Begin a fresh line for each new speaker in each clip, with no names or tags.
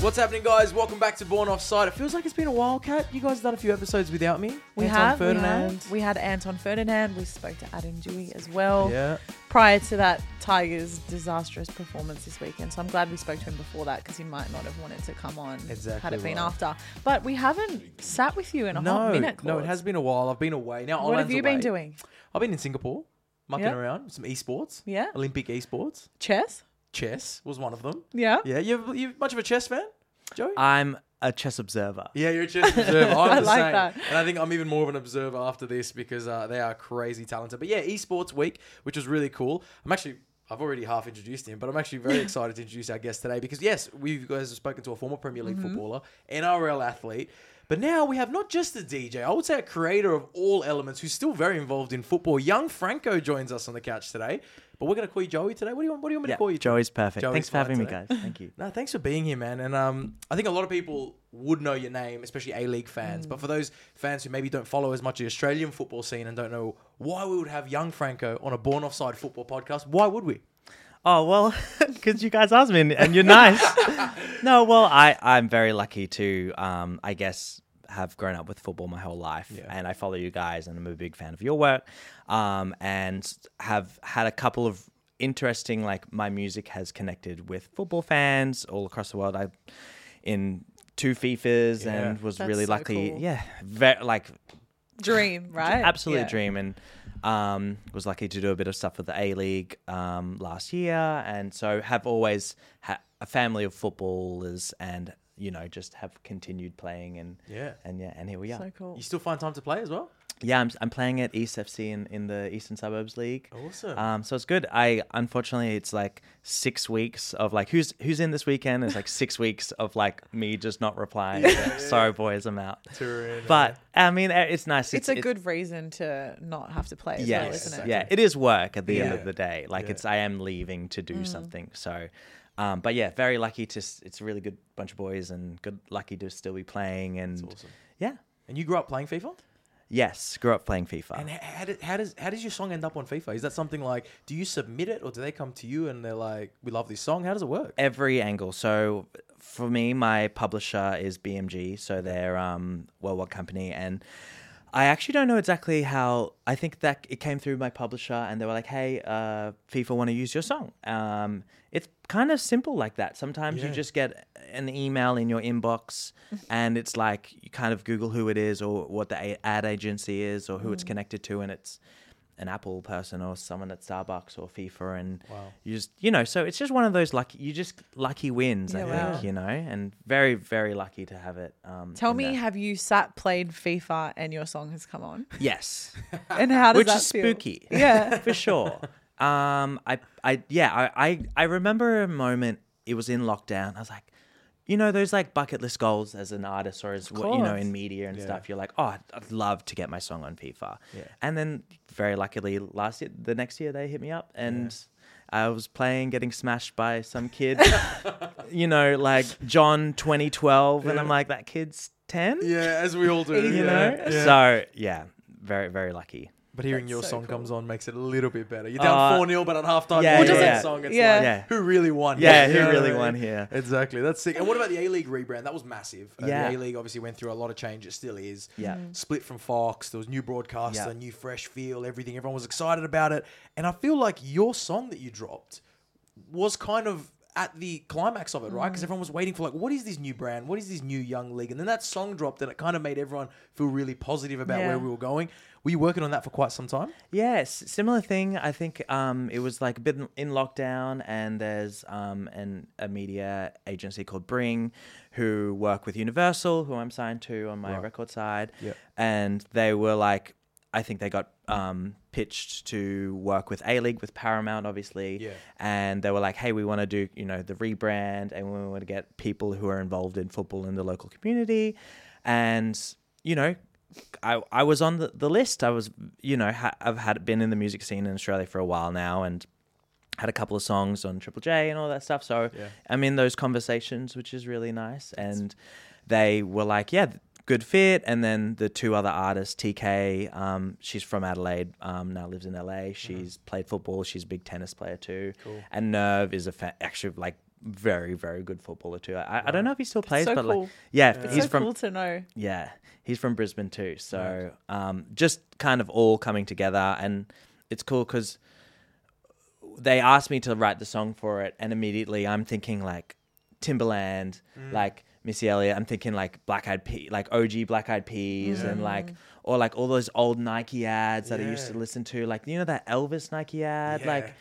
What's happening, guys? Welcome back to Born Offside. It feels like it's been a while, Cat. You guys have done a few episodes without me.
We
Anton
have,
Ferdinand.
we had we had Anton Ferdinand. We spoke to Adam Dewey as well.
Yeah.
Prior to that Tigers disastrous performance this weekend, so I'm glad we spoke to him before that because he might not have wanted to come on had
Exactly
it been
right.
after. But we haven't sat with you in a hot Oh, minute.
no, it
Claude.
has been a while. I've been away. Now,
What have
Ireland's
you been
away.
doing?
I've been in Singapore, mucking
Yeah.
around some esports.
Yeah.
Olympic esports.
Chess?
Chess was one of them.
Yeah.
Yeah. You, you much of a chess fan, Joey?
I'm a chess observer.
yeah, you're a chess observer. I'm
I
the
like
same.
that.
And I think I'm even more of an observer after this because uh, they are crazy talented. But yeah, esports week, which was really cool. I'm actually. I've already half introduced him, but I'm actually very excited to introduce our guest today because yes, we you guys have spoken to a former Premier
Mm-hmm.
League footballer, NRL athlete, but now we have not just a DJ, I would say a creator of all elements who's still very involved in football. Young Franco joins us on the couch today, but we're going to call you Joey today. What do you want? What do you want me to call you?
Joey's perfect.
Joey's
Thanks for
fine
having me,
today.
guys. Thank you.
No, thanks for being here, man. And um, I think a lot of people would know your name, especially A League fans. But for those fans who maybe don't follow as much the Australian football scene and don't know why we would have young Franco on a born offside football podcast, why would we?
Oh well, because you guys asked me, and- and you're nice. no, well, I I'm very lucky to, um, I guess, have grown up with football my whole life, and I follow you guys, and I'm a big fan of your work, um, and have had a couple of interesting, like my music has connected with football fans all across the world. I in two FIFAs and was
That's
really
so
lucky.
cool.
Yeah, very like
Dream, right?
absolute
Yeah.
dream and um, was lucky to do a bit of stuff with the A League um, last year, and so have always ha- a family of footballers, and you know just have continued playing and
Yeah.
and yeah, and here we are.
So cool.
You still find time to play as well?
Yeah, I'm, I'm playing at East FC in, in the Eastern Suburbs League.
Awesome.
Um, so it's good. I unfortunately it's like six weeks of like who's who's in this weekend. It's like six weeks of like me just not replying. Sorry, boys, I'm out.
Touring,
But I mean, eh, it's nice.
It's, a good reason to not have to play as well,
Yes.
isn't it?
Yeah, it is work at the end
Yeah.
of the day. Like it's I am leaving to
Mm.
do something. So um, but yeah, very lucky to s- it's a really good bunch of boys and good lucky to still be playing and Yeah.
And you grew up playing FIFA?
Yes, grew up playing FIFA.
And h- how, did, how does how does your song end up on FIFA? Is that something like do you submit it or do they come to you and they're like, "We love this song. How does it work?"
every angle. So for me, my publisher is BMG, so they're um worldwide company, and I actually don't know exactly how. I think that it came through my publisher, and they were like, "Hey, uh, FIFA want to use your song." Um, it's kind of simple like that. Sometimes you just get an email in your inbox, and it's like you kind of Google who it is or what the a- ad agency is or who it's connected to, and it's an Apple person or someone at Starbucks or FIFA, and you just you know, so it's just one of those lucky, you just lucky wins, I
Yeah,
think,
wow.
you know, and very very lucky to have it. Um,
Tell
in
me,
there.
have you sat, played FIFA, and your song has come on?
yes,
And how does
which
that
is
feel?
spooky,
Yeah.
for sure. Um, I I yeah, I, I I remember a moment. It was in lockdown. I was like. You know those like bucket list goals as an artist or as what you know
course.
in media and stuff. You're like, oh, I'd, I'd love to get my song on FIFA. And then, very luckily, last year, the next year, they hit me up, and I was playing, getting smashed by some kid. you know, like John 2012, and I'm like, that kid's 10.
as we all do.
You know, so yeah, very very lucky.
But hearing
That's
your
so
song
cool.
comes on makes it a little bit better. You're down
Uh,
4 0, but at halftime,
yeah,
you hear
yeah,
that
yeah.
song. It's
Yeah.
like,
Yeah.
who really won?
Yeah,
You know
who really
what I
won
mean?
here?
Exactly. That's sick. And what about the A League rebrand? That was massive. Uh,
Yeah.
The A League obviously went through a lot of change. It still is.
Yeah. Mhm.
Split from Fox. There was new broadcaster,
Yeah.
new fresh feel, everything. Everyone was excited about it. And I feel like your song that you dropped was kind of at the climax of it, right? Because everyone was waiting for like, what is this new brand? What is this new young league? And then that song dropped, and it kind of made everyone feel really positive about
Yeah.
where we were going. Were you working on that for quite some time?
Yes, similar thing. I think um, it was like a bit in lockdown, and there's um, an, a media agency called Bring, who work with Universal, who I'm signed to on my record side,
Yep.
and they were like, I think they got um, pitched to work with A League with Paramount, obviously.
Yeah.
And they were like, "Hey, we want to do you know the rebrand, and we want to get people who are involved in football in the local community." And you know, I I was on the, the list. I was you know ha- I've had been in the music scene in Australia for a while now, and had a couple of songs on Triple J and all that stuff. So
Yeah.
I'm in those conversations, which is really nice. And they were like, yeah, good fit. And then the two other artists, TK, um, she's from Adelaide, um, now lives in LA. She's played football. She's a big tennis player too. And Nerve is a fa- actually like very, very good footballer too. I, I don't know if he still plays,
so
but
cool.
like, yeah,
It's
he's
so
from
cool to know.
yeah, he's from Brisbane too. So um, just kind of all coming together, and it's cool because they asked me to write the song for it, and immediately I'm thinking like Timberland,
Mm.
like Missy Elliott. I'm thinking like Black Eyed Peas, like OG Black Eyed Peas, and like or like all those old Nike ads that I used to
Yeah.
listen to, like you know that Elvis Nike ad,
Yeah.
like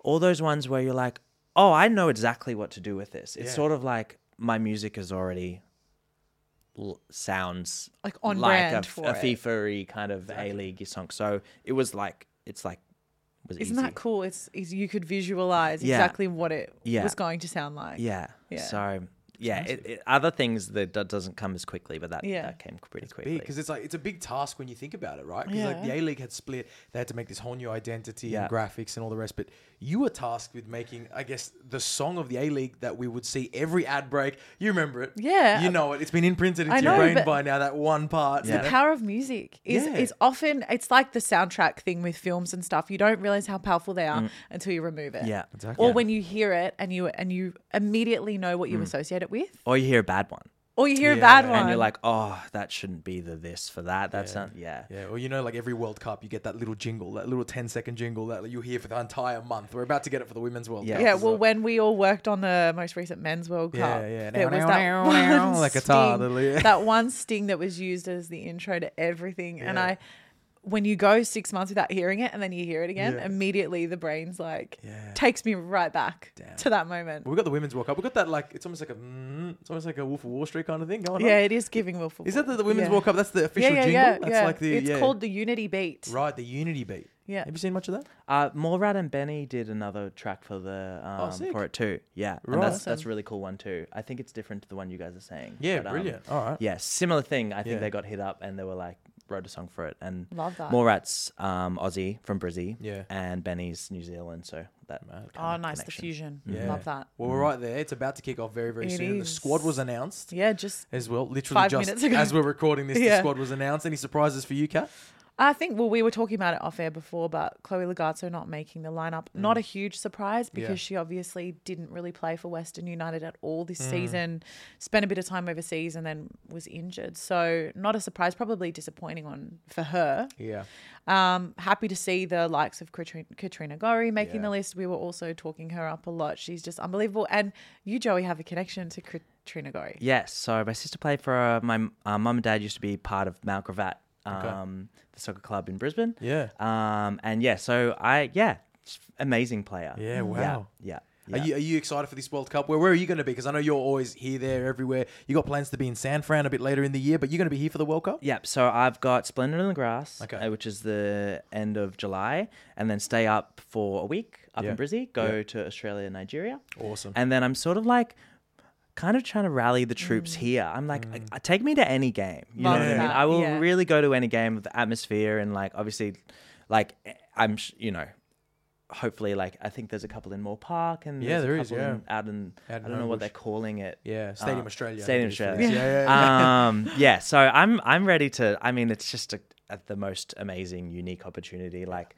all those ones where you're like, oh, I know exactly what to do with this. It's
Yeah.
sort of like my music is already l- sounds
Like on
like
brand
a,
for
a
it.
FIFA-y kind of A League song. So it was like it's like was
Isn't
easy.
that cool? It's, it's you could visualize
Yeah.
exactly what it
Yeah.
was going to sound like.
Yeah.
Yeah.
So yeah, it, it, other things that do- doesn't come as quickly, but that
Yeah.
that came pretty quickly.
Because it's like it's a big task when you think about it, right? Because like the
Yeah.
A League had split, they had to make this whole new identity
Yeah.
and graphics and all the rest. But you were tasked with making, I guess, the song of the A League that we would see every ad break. You remember it?
Yeah.
you know it. It's been imprinted into
I
your
know,
brain
but-
by now. That one part.
Yeah.
you know?
the power of music is
Yeah.
is often it's like the soundtrack thing with films and stuff. You don't realize how powerful they are until you remove it.
Mm. Yeah.
Exactly.
Or
Yeah.
when you hear it and you and you immediately know what you associate it with,
or you hear a bad one,
or you hear a
Yeah.
bad
And
one
and you're like, oh, that shouldn't be the this for that. That's not yeah.
Yeah, well, you know, like every World Cup, you get that little jingle, that little 10 second jingle that you hear for the entire month. We're about to get it for the Women's World
Yeah.
Cup.
yeah,
as
well, when we all worked on the most recent men's World
Yeah,
Cup,
yeah.
there was
Now,
that
now,
one
like a tar, little, yeah.
sting, that one sting that was used as the intro to everything. And
Yeah.
I, when you go six months without hearing it and then you hear it again,
Yeah.
immediately the brain's like
Yeah.
takes me right back
Damn.
to that moment.
We've got the Women's World Cup. We've got that, like, it's almost like a, mm, it's almost like a Wolf of Wall Street kind of thing going on.
Yeah, it is giving willful.
Is that the, the Women's
yeah.
World Cup? That's the official
Yeah, yeah,
jingle?
yeah,
That's
yeah.
like the,
it's
yeah.
called the Unity Beat.
Right, the Unity beat.
Yeah.
Have you seen much of that?
Uh, Morad and Benny did another track for the um,
Oh, sick.
for it too. Yeah, and
Right.
that's that's
Awesome.
a really cool one too. I think it's different to the one you guys are saying.
Yeah,
but, um,
brilliant. All right.
Yeah, similar thing. I think
Yeah.
they got hit up and they were like wrote a song for it and
Love that.
Morat's um, Aussie from Brizzy.
Yeah.
and Benny's New Zealand. So that
Oh,
kind of
nice the
connection.
fusion.
Yeah.
Love that.
Well, we're right there. It's about to kick off very, very
It
soon. The squad
is.
was announced
Yeah, just
as well, literally
Five
just
minutes ago.
as we're recording this, the
Yeah.
squad was announced. Any surprises for you, Kat?
I think, well, we were talking about it off air before, but Chloe Lagazzo not making the lineup, not a huge surprise because
Mm. Yeah.
she obviously didn't really play for Western United at all this
Mm.
season, spent a bit of time overseas and then was injured. So, not a surprise, probably disappointing on for her.
Yeah.
Um, happy to see the likes of Katrina, Katrina Gori making
Yeah.
the list. We were also talking her up a lot. She's just unbelievable. And you, Joey, have a connection to Katrina Gori.
Yes. So my sister played for uh, my uh, mum and dad used to be part of Mount Gravatt, um,
Okay.
the soccer club in Brisbane.
Yeah.
Um, and yeah, so I yeah, amazing player.
Yeah, wow.
Yeah.
Are
yeah.
you, are you excited for this World Cup? Where, where are you going to be? Because I know you're always here, there, everywhere. You got plans to be in San Fran a bit later in the year, but you're going to be here for the World Cup.
Yep. So I've got Splendor in the Grass,
Okay.
uh, which is the end of July, and then stay up for a week up
Yeah.
in Brizzy, go
Yeah.
to Australia and Nigeria.
Awesome.
And then I'm sort of like, kind of trying to rally the troops here. I'm like,
Mm.
"Uh, take me to any game. You know what I
Love
mean?
that,
I will
yeah.
really go to any game with the atmosphere and like, obviously, like eh, I'm, sh- you know. Hopefully, like I think there's a couple in Moore Park, and
Yeah,
there's
there
a
is,
couple
yeah.
in, out in I
Out in
don't know what
Homebush.
they're calling it.
Yeah, Stadium
Uh,
Australia. Uh, I
Stadium
think it is.
Australia.
Yeah, yeah, yeah.
um, yeah, so I'm I'm ready to. I mean, it's just a, a, the most amazing, unique opportunity. Like,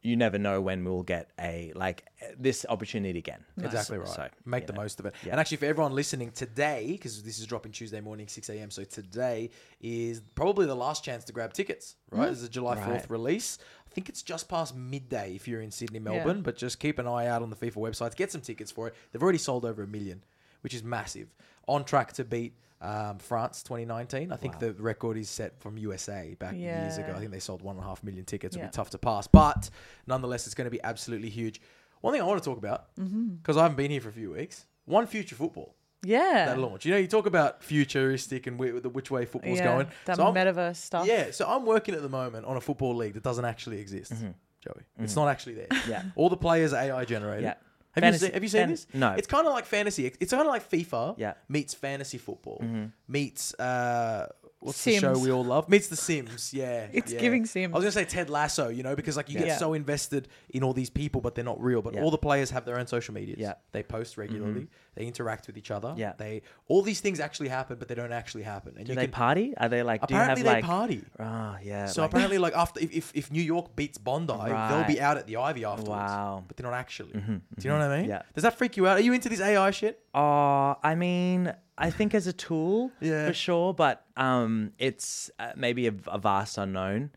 you never know when we'll get a like this opportunity again.
Exactly right.
So,
Make
you
the
know.
most of it. And actually, for everyone listening today, because this is dropping Tuesday morning, 6 a.m. So today is probably the last chance to grab tickets, right? It's a July 4th
Right.
release. I think it's just past midday if you're in Sydney,
Yeah.
Melbourne, but just keep an eye out on the FIFA websites. Get some tickets for it. They've already sold over a million, which is massive. On track to beat. Um, France 2019. I think the record is set from USA back years ago.
Yeah.
I think they sold one and a half million tickets. It'll
Yeah.
be tough to pass, but nonetheless, it's going to be
Mm-hmm.
absolutely huge. One thing I want to talk about because I haven't been here for a few weeks. One future football.
Yeah.
that launch. You know, you talk about futuristic and wh- the which way football's
Yeah,
going.
That
So I'm-
metaverse stuff.
Yeah, so I'm working at the moment on a football league that doesn't actually exist, Joey. It's not actually there.
Mm-hmm. Yeah.
All the players are AI generated.
Yeah.
Have
Fantasy-
you seen, have you seen
fan-
this?
no.
It's kind of like fantasy. It's kind of like FIFA
Yeah. Mm-hmm.
meets fantasy football meets uh, what's
Sims.
the show we all love meets The Sims. Yeah,
It's
yeah.
giving Sims.
I was gonna say Ted Lasso, you know, because like you
Yeah.
get so invested in all these people, but they're not real. But
Yeah.
all the players have their own social medias.
Yeah. Mm-hmm.
They post regularly. They interact with each other.
Yeah.
They all these things actually happen, but they don't actually happen. And
Do
you
they
can
party? Are they like?
apparently
do you
they
have like?
party.
Oh yeah.
So
like-
apparently, like after if, if, if New York beats Bondi, they'll
Right.
be out at the Ivy afterwards.
Wow. Mm-hmm,
But they're not actually. Do you know what I mean?
Yeah.
Does that freak you out? Are you into this AI shit?
Uh, I mean, I think as a tool,
Yeah.
for sure, but um, it's uh, maybe a, a vast unknown.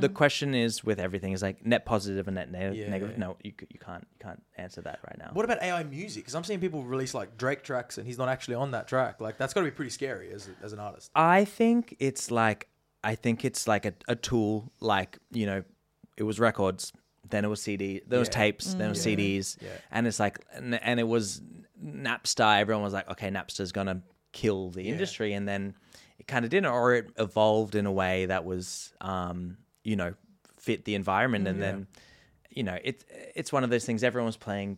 The question is with everything is like net positive and net neg-
Yeah.
negative. No, you, c- you can't you can't answer that right now.
What about AI music? Because I'm seeing people release like Drake tracks, and he's not actually on that track. Like that's got to be pretty scary as, as an artist.
I think it's like I think it's like a, a tool like you know it was records then it was CD then it was
Yeah. Mm.
tapes then it was CDs
Yeah.
and it's like and, and it was Napster everyone was like okay Napster's gonna kill the industry and then it kind of didn't or it evolved in a way that was um you know fit the environment
Mm,
and then you know it's it's one of those things everyone was playing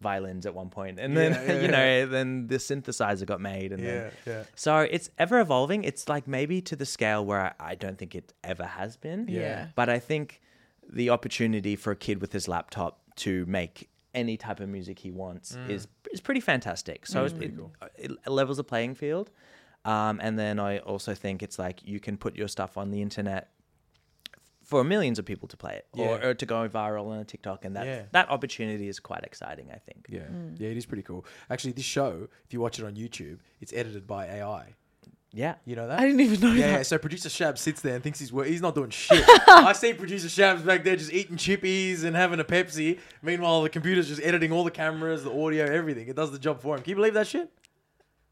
violins at one point and then
Yeah, yeah,
you
yeah.
know then the synthesizer got made and then
Yeah, yeah.
so it's ever evolving. It's like maybe to the scale where I, I don't think it ever has been.
Yeah.
But I think the opportunity for a kid with his laptop to make any type of music he wants
Mm.
is is pretty fantastic. So it, uh, it, it levels the playing field. Um, and then I also think it's like you can put your stuff on the internet for millions of people to play it or,
Yeah.
or to go viral on a TikTok, and that
Yeah.
that opportunity is quite exciting. I think.
Yeah, yeah, it is pretty cool. Actually, this show, if you watch it on YouTube, it's edited by AI.
Yeah.
You know that?
I didn't even know
Yeah,
that.
yeah, so producer Shab sits there and thinks he's wor- he's not doing shit. I see producer Shab's back there just eating chippies and having a Pepsi. Meanwhile, the computer's just editing all the cameras, the audio, everything. It does the job for him. Can you believe that shit?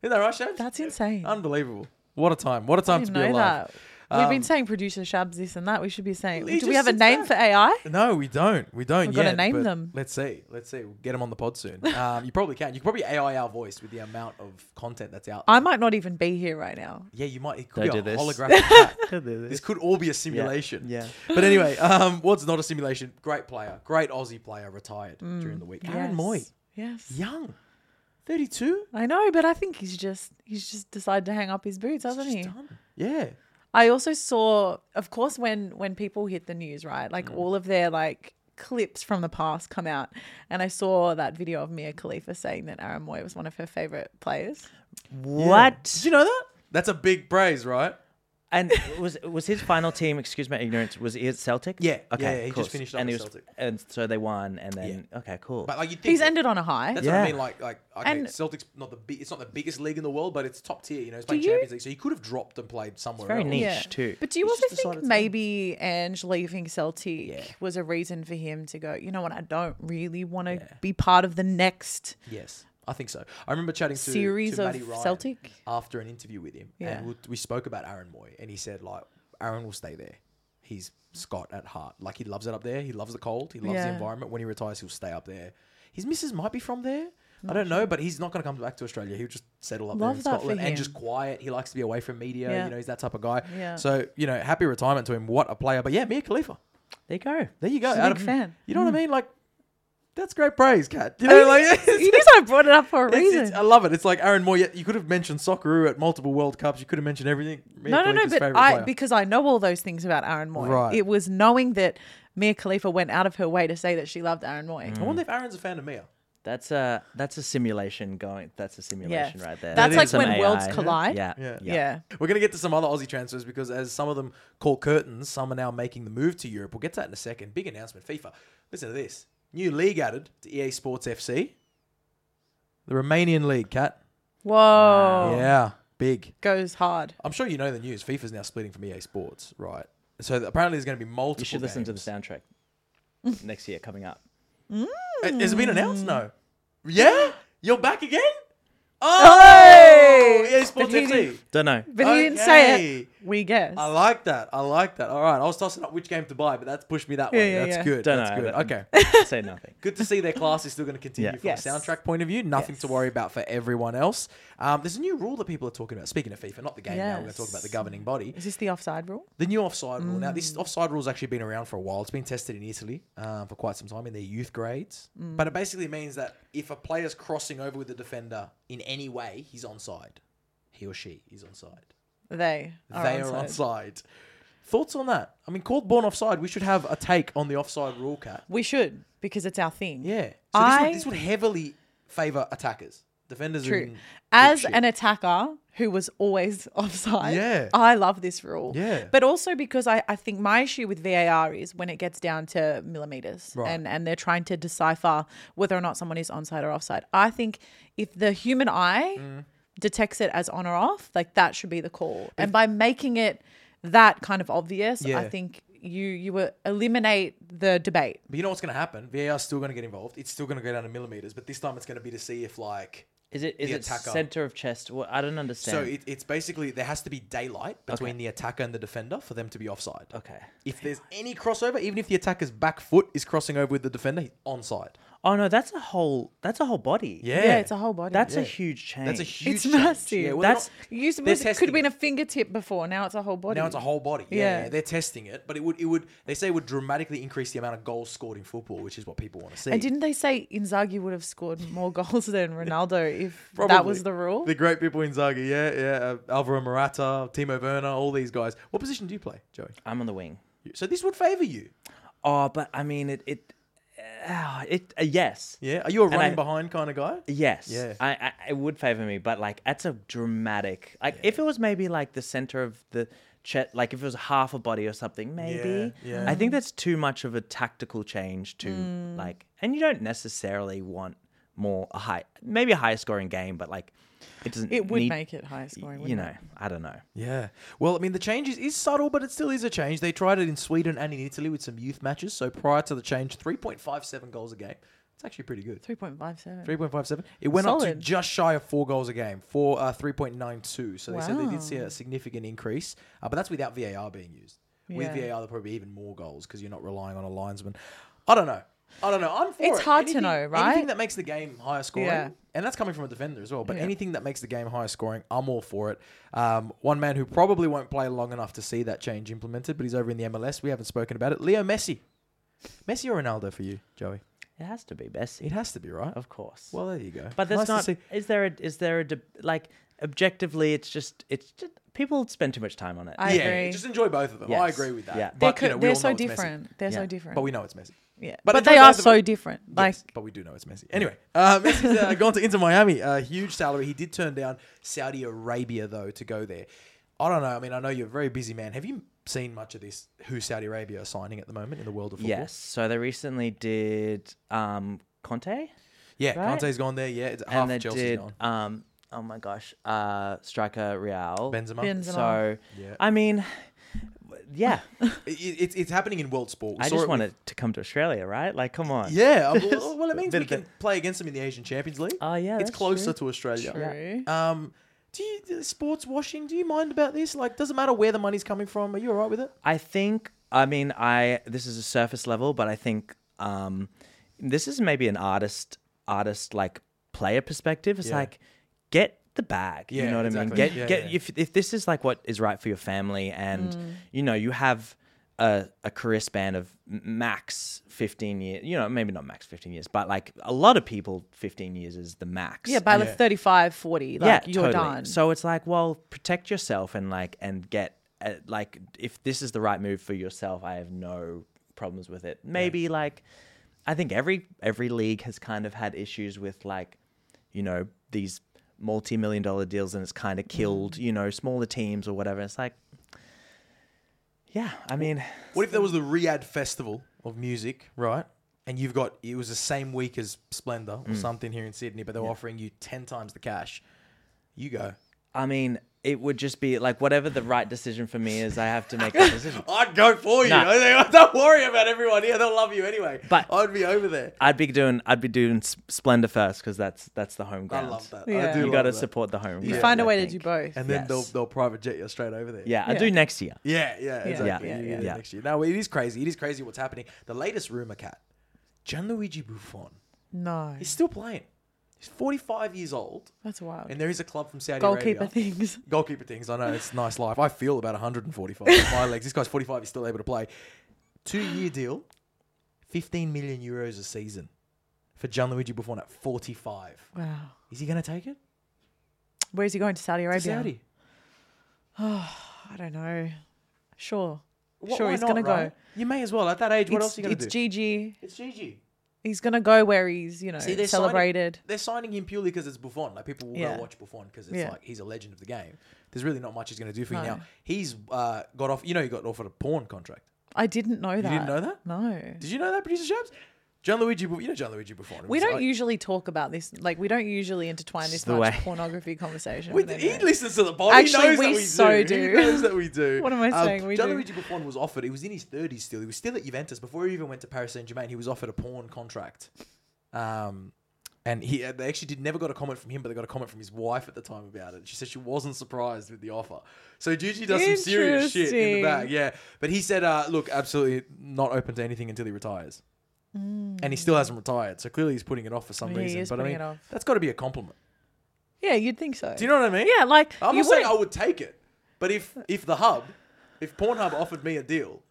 Isn't that right, Shab?
That's insane.
unbelievable. What a time! What a
I
time to
didn't
be
know
alive.
that. We've
Um,
been saying producer Shabs this and that. We should be saying,
He
do
just
we have a
sits
name
back.
for AI?
No, we don't. We don't
We've
yet.
gotta name
but
them.
Let's see. Let's see. We'll get them on the pod soon. Um, you probably can. You can probably AI our voice with the amount of content that's out. there.
I might not even be here right now.
Yeah, you might. It could
Don't
be a
do this.
holographic cat.
this.
this could all be a simulation.
Yeah.
But anyway, um, what's not a simulation? Great player, great Aussie player, retired during the week. Aaron
Mm. Yes.
Moy,
Yes.
young, thirty-two.
I know, but I think he's just he's just decided to hang up his boots, hasn't he?
Done. Yeah.
I also saw, of course, when when people hit the news, right? Like
Mm.
all of their like clips from the past come out, and I saw that video of Mia Khalifa saying that Aaron Moy was one of her favorite players.
What?
Did you know that? That's a big praise, right?
And was was his final team? Excuse my ignorance. Was it Celtic?
Yeah, yeah, he just finished up
and
with
he was-
Celtic.
and so they won, and then okay, cool.
But like you think
He's
that-
ended on a high.
That's what I
Yeah.
mean. Like, like okay,
And-
Celtics not the big, it's not the biggest league in the world, but it's top tier. You know, it's playing
you-
Champions League, so he could have dropped and played somewhere.
very
else.
neat. too.
But do you
He's
also
just decided
think
to.
maybe Ange leaving Celtic
Yeah.
was a reason for him to go, you know what, I don't really want to be part of the next
Yes, I think so. I remember chatting to
Series
to
of
Matty Ryan
Celtic?
after an interview with him,
Yeah.
and we, we spoke about Aaron Moy, and he said like Aaron will stay there. He's Scott at heart. Like he loves it up there. He loves the cold. He loves the
Yeah.
environment. When he retires, he'll stay up there. His missus might be from there. I don't know, but he's not going to come back to Australia. He'll just settle up
Love
there in
that for
Scotland and
him.
just quiet. He likes to be away from media.
Yeah.
You know, he's that type of guy.
Yeah.
So you know, happy retirement to him. What a player! But yeah, Mia Khalifa.
there you go.
There you go.
She's a
Out
big
of-
fan. Mm.
You know what I mean? Like, that's great praise, Kat. You know, like
It is I brought it up for a
it's-
reason.
it's- I love it. It's like Aaron Moore. You you could have mentioned Socceroo at multiple World Cups. You could have mentioned everything. Mia
no, no, no,
Khalifa's
but
favourite
I
player.
because I know all those things about Aaron Moy.
Right.
It was knowing that Mia Khalifa went out of her way to say that she loved Aaron Moy.
Hmm.
I wonder if Aaron's a fan of Mia.
That's a that's a simulation going. That's a simulation right there.
That's
That
like
is some
when worlds
AI.
collide.
Yeah.
Yeah.
Yeah.
We're going to get to some other Aussie transfers because as some of them call curtains, some are now making the move to Europe. We'll get to that in a second. Big announcement FIFA. Listen to this. New league added to EA Sports FC. The Romanian league, Kat.
Whoa.
Yeah, big.
Goes hard.
I'm sure you know the news. FIFA's now splitting from EA Sports, right? So apparently there's going to be multiple
You should listen to the
games.
soundtrack next year coming up.
Uh, Has it been announced? No.
Hmm.
Yeah? You're back again? Oh!
Hey!
EA Sports
But he
FC.
didn't-
Don't know.
But he didn't say it.
Okay.
We guess.
I like that. I like that. All right. I was tossing up which game to buy, but that's pushed me that way.
Yeah, yeah,
that's
yeah.
good.
Don't
that's
know,
good.
but-
Okay.
Say nothing.
Good to see their class is still going to continue
Yeah.
from
Yes.
a soundtrack point of view. Nothing to
Yes.
worry about for everyone else. Um, there's a new rule that people are talking about. Speaking of FIFA, not the game now, we're going to talk about the
Yes.
governing body.
Is this the offside rule?
The new offside rule. Now,
Mm.
this offside rule has actually been around for a while. It's been tested in Italy um, for quite some time in their youth grades.
Mm.
But it basically means that if a player's crossing over with the defender in any way, he's onside. He or she is onside.
They are
they are
onside.
onside. Thoughts on that? I mean, called born offside, we should have a take on the offside rule, cat.
We should because it's our thing.
Yeah. So
I-
this, would, this would heavily favour attackers. Defenders are in
True.
big
As
shit.
an attacker who was always offside,
Yeah.
I love this rule.
Yeah.
But also because I, I think my issue with VAR is when it gets down to millimeters
Right.
and, and they're trying to decipher whether or not someone is onside or offside. I think if the human eye
Mm.
detects it as on or off, like that should be the call. and by making it that kind of obvious,
Yeah.
I think you you uh, eliminate the debate.
But you know what's going to happen? VAR's still going to get involved. It's still going to go down to millimetres, but this time it's going to be to see if, like,
Is it is
The
it
attacker.
center of chest? Well, I don't understand.
So it, it's basically there has to be daylight between the attacker and the defender for them to be offside.
okay.
If there's any crossover, even if the attacker's back foot is crossing over with the defender, he's onside.
Oh no, that's a whole that's a whole body.
Yeah,
Yeah, it's a whole body.
That's a
Yeah.
huge change.
that's a huge.
It's
change.
massive.
Yeah, well, they're
That's-
not-
You used to
they're
it could
testing
have been
it.
a fingertip before. Now it's a whole body.
Now it's a whole body. Yeah,
Yeah.
they're testing it, but it would it would they say it would dramatically increase the amount of goals scored in football, which is what people want to see.
And didn't they say Inzaghi would have scored more goals than Ronaldo if that was the rule?
The great people in Zaga, yeah, yeah, uh, Alvaro Morata, Timo Werner, all these guys. What position do you play, Joey?
I'm on the wing.
So this would favour you.
Oh, but I mean it it uh, it uh, yes.
Yeah, are you a running
I-
behind kind of guy?
Yes.
Yeah.
I, I it would favor me, but like that's a dramatic. Like if it was maybe like the center of the chest, like if it was half a body or something, maybe.
Yeah, yeah.
I think that's too much of a tactical change to
Mm.
like, and you don't necessarily want more a high, maybe a high scoring game, but like it doesn't.
it would
need-
make it high scoring.
You
wouldn't
know, I don't know.
Yeah. Well, I mean, the change is, is subtle, but it still is a change. They tried it in Sweden and in Italy with some youth matches. So prior to the change, 3.57 goals a game. It's actually pretty good.
three point five seven.
3.57. It went up to
Solid.
just shy of four goals a game, for uh, 3.92. So they said they did see
Wow.
a significant increase, uh, but that's without VAR being used. With
Yeah.
VAR, there'll probably be even more goals because you're not relying on a linesman. I don't know. I don't know. I'm for
It's
it.
hard to know,
Anything
right?
that makes the game higher scoring,
Yeah.
and that's coming from a defender as well. But anything that makes the game higher scoring, I'm all for it. Um, one man who probably won't play long enough to see that change implemented, but he's over in the MLS. We haven't spoken about it. Leo Messi, Messi or Ronaldo for you, Joey?
It has to be
It
Bessie,
has to be right.
of course.
Well, there you go.
But that's
Nice to
not.
see.
Is there a? Is there a? deb- Like objectively, it's just. It's just people spend too much time on it.
I
yeah,
agree.
just enjoy both of them. I
Yes.
agree with that.
Yeah.
they're
But, you
co-
know, we
they're
all know
so
it's messy.
different. They're
Yeah.
so different.
But we know it's messy.
yeah,
but
but,
enjoy
they are
both of
so
them.
different.
Like,
Like
but we do know it's messy. Anyway, uh, Messi's uh, gone to Inter Miami. A huge salary. He did turn down Saudi Arabia though to go there. I don't know. I mean, I know you're a very busy man. Have you seen much of this? Who Saudi Arabia are signing at the moment in the world of football?
Yes. So they recently did um Conte,
Yeah,
Right.
Kante's gone there. Yeah, it's half
and they
Chelsea's
did
gone.
um oh my gosh uh striker Real.
Benzema.
Benzema.
So
Yeah.
I mean, yeah.
It- it's it's happening in world sport. We
I
saw
just
it
want
with-
it to come to Australia, right? Like, come on.
Yeah, well, well, it means
Bit
we
of the-
can play against them in the Asian Champions League.
Oh, yeah,
it's
that's
closer
true.
to Australia.
True.
Um, do you sports washing? Do you mind about this? Like, doesn't matter where the money's coming from. Are you all right with it?
I think. I mean, I this is a surface level, but I think um, this is maybe an artist artist like player perspective. It's
Yeah.
like get the bag.
Yeah,
you know what
exactly.
I mean? Get
Yeah,
get
yeah.
if if this is like what is right for your family, and you know you have. A, a career span of max 15 years, you know, maybe not max 15 years, but like a lot of people, 15 years is the max
yeah, by like
Yeah.
35, 40, like you're
totally.
done.
So it's like, well, protect yourself and like and get uh, like if this is the right move for yourself, I have no problems with it. Maybe like I think every every league has kind of had issues with like you know these multi-million dollar deals and it's kind
Mm.
of killed you know smaller teams or whatever. It's like yeah, I mean
What if there was the Riyadh Festival of Music, right? And you've got it was the same week as Splendor
Mm.
or something here in Sydney, but they're offering you ten times the cash. You go.
I mean it would just be like whatever the right decision for me is, I have to make that decision.
I'd go for you.
Nah.
Don't worry about everyone here. They'll love you anyway.
But-
I'd be over there.
I'd be doing I'd be doing S- Splendor first because that's that's the home
I
ground.
love that. I
Yeah.
do
You
love
got to
that.
support the home.
You
ground,
Find a
I
way to do
think.
both.
And then
Yes.
they'll they'll private jet you straight over there.
Yeah, I
Yeah.
do next year.
Yeah, yeah, exactly.
yeah,
You do
yeah.
that
Yeah.
Next year. No, it is crazy. It is crazy what's happening. The latest rumor, cat, Gianluigi Buffon,
no,
he's still playing. He's 45 years old,
that's wild.
and there is a club from Saudi
Goalkeeper
Arabia.
things.
Goalkeeper things. I know it's nice life. I feel about 145. My legs. This guy's 45. He's still able to play. Two year deal, 15 million euros a season for Gianluigi Buffon at 45.
Wow.
Is he going to take it?
Where's he going to Saudi Arabia?
To Saudi.
I don't know. Sure.
Wh-
sure,
why
he's
not,
gonna
right?
go.
You may as well. At that age, what
it's,
else are you going to
it's
do?
Gigi.
it's Gigi.
He's gonna go where he's you know
See, they're
celebrated.
Signing, they're signing him purely because it's Buffon. Like people will
Yeah.
go watch Buffon because it's
Yeah.
like he's a legend of the game. There's really not much he's going to do for you
No.
now. He's uh, got off. You know, he got offered a porn contract.
I didn't know that.
didn't know that?
No.
Did you know that, producer Shabs? Gianluigi, Bu- you know Gianluigi Buffon.
We
He's
don't
like-
usually talk about this. Like we don't usually intertwine
It's
this
the
much
way-
pornography conversation.
We,
with
he
anything.
listens to the pod.
Actually,
he knows
we
that we
so
do. He
do.
knows that we do.
What am I saying? We do.
Gianluigi Buffon was offered. He was in his 30s still. He was still at Juventus before he even went to Paris Saint Germain. He was offered a porn contract. Um, and he uh, they actually did never got a comment from him, but they got a comment from his wife at the time about it. She said she wasn't surprised with the offer. So Gigi does some serious shit in the
Interesting.
back, yeah. But he said, uh, "Look, absolutely not open to anything until he retires." And he still hasn't retired, so clearly he's putting it off for some
Mm. He
reason.
is
but I
putting
mean,
it off.
that's got to be a compliment.
Yeah, you'd think so.
Do you know what I mean?
Yeah, like
I'm
you
not saying
wouldn't-
I would take it, but if if the hub, if Pornhub offered me a deal,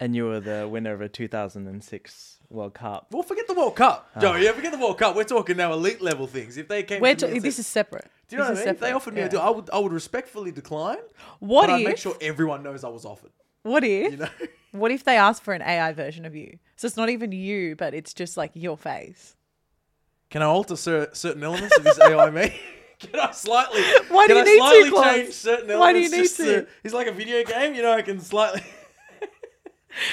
And you were the winner of a 2006 World Cup.
well, forget the World Cup, Joe. Yeah, forget the World Cup. We're talking now elite level things. If they came,
Ah. We're
to me
ta-
and
this
said-
is separate.
Do you know what
This
I
is
mean? If they
separate,
offered me
yeah.
a deal, I would I would respectfully decline.
What
but
if?
I'd make sure everyone knows I was offered.
what if?
You know,
What if they ask for an AI version of you? So it's not even you, but it's just like your face.
can I alter cer- certain elements of this AI me? Can I slightly?
Why do
can
you
I
need
slightly
to, Claus?
change certain elements?
Why do you need
just
to?
It's like a video game, you know. I can slightly.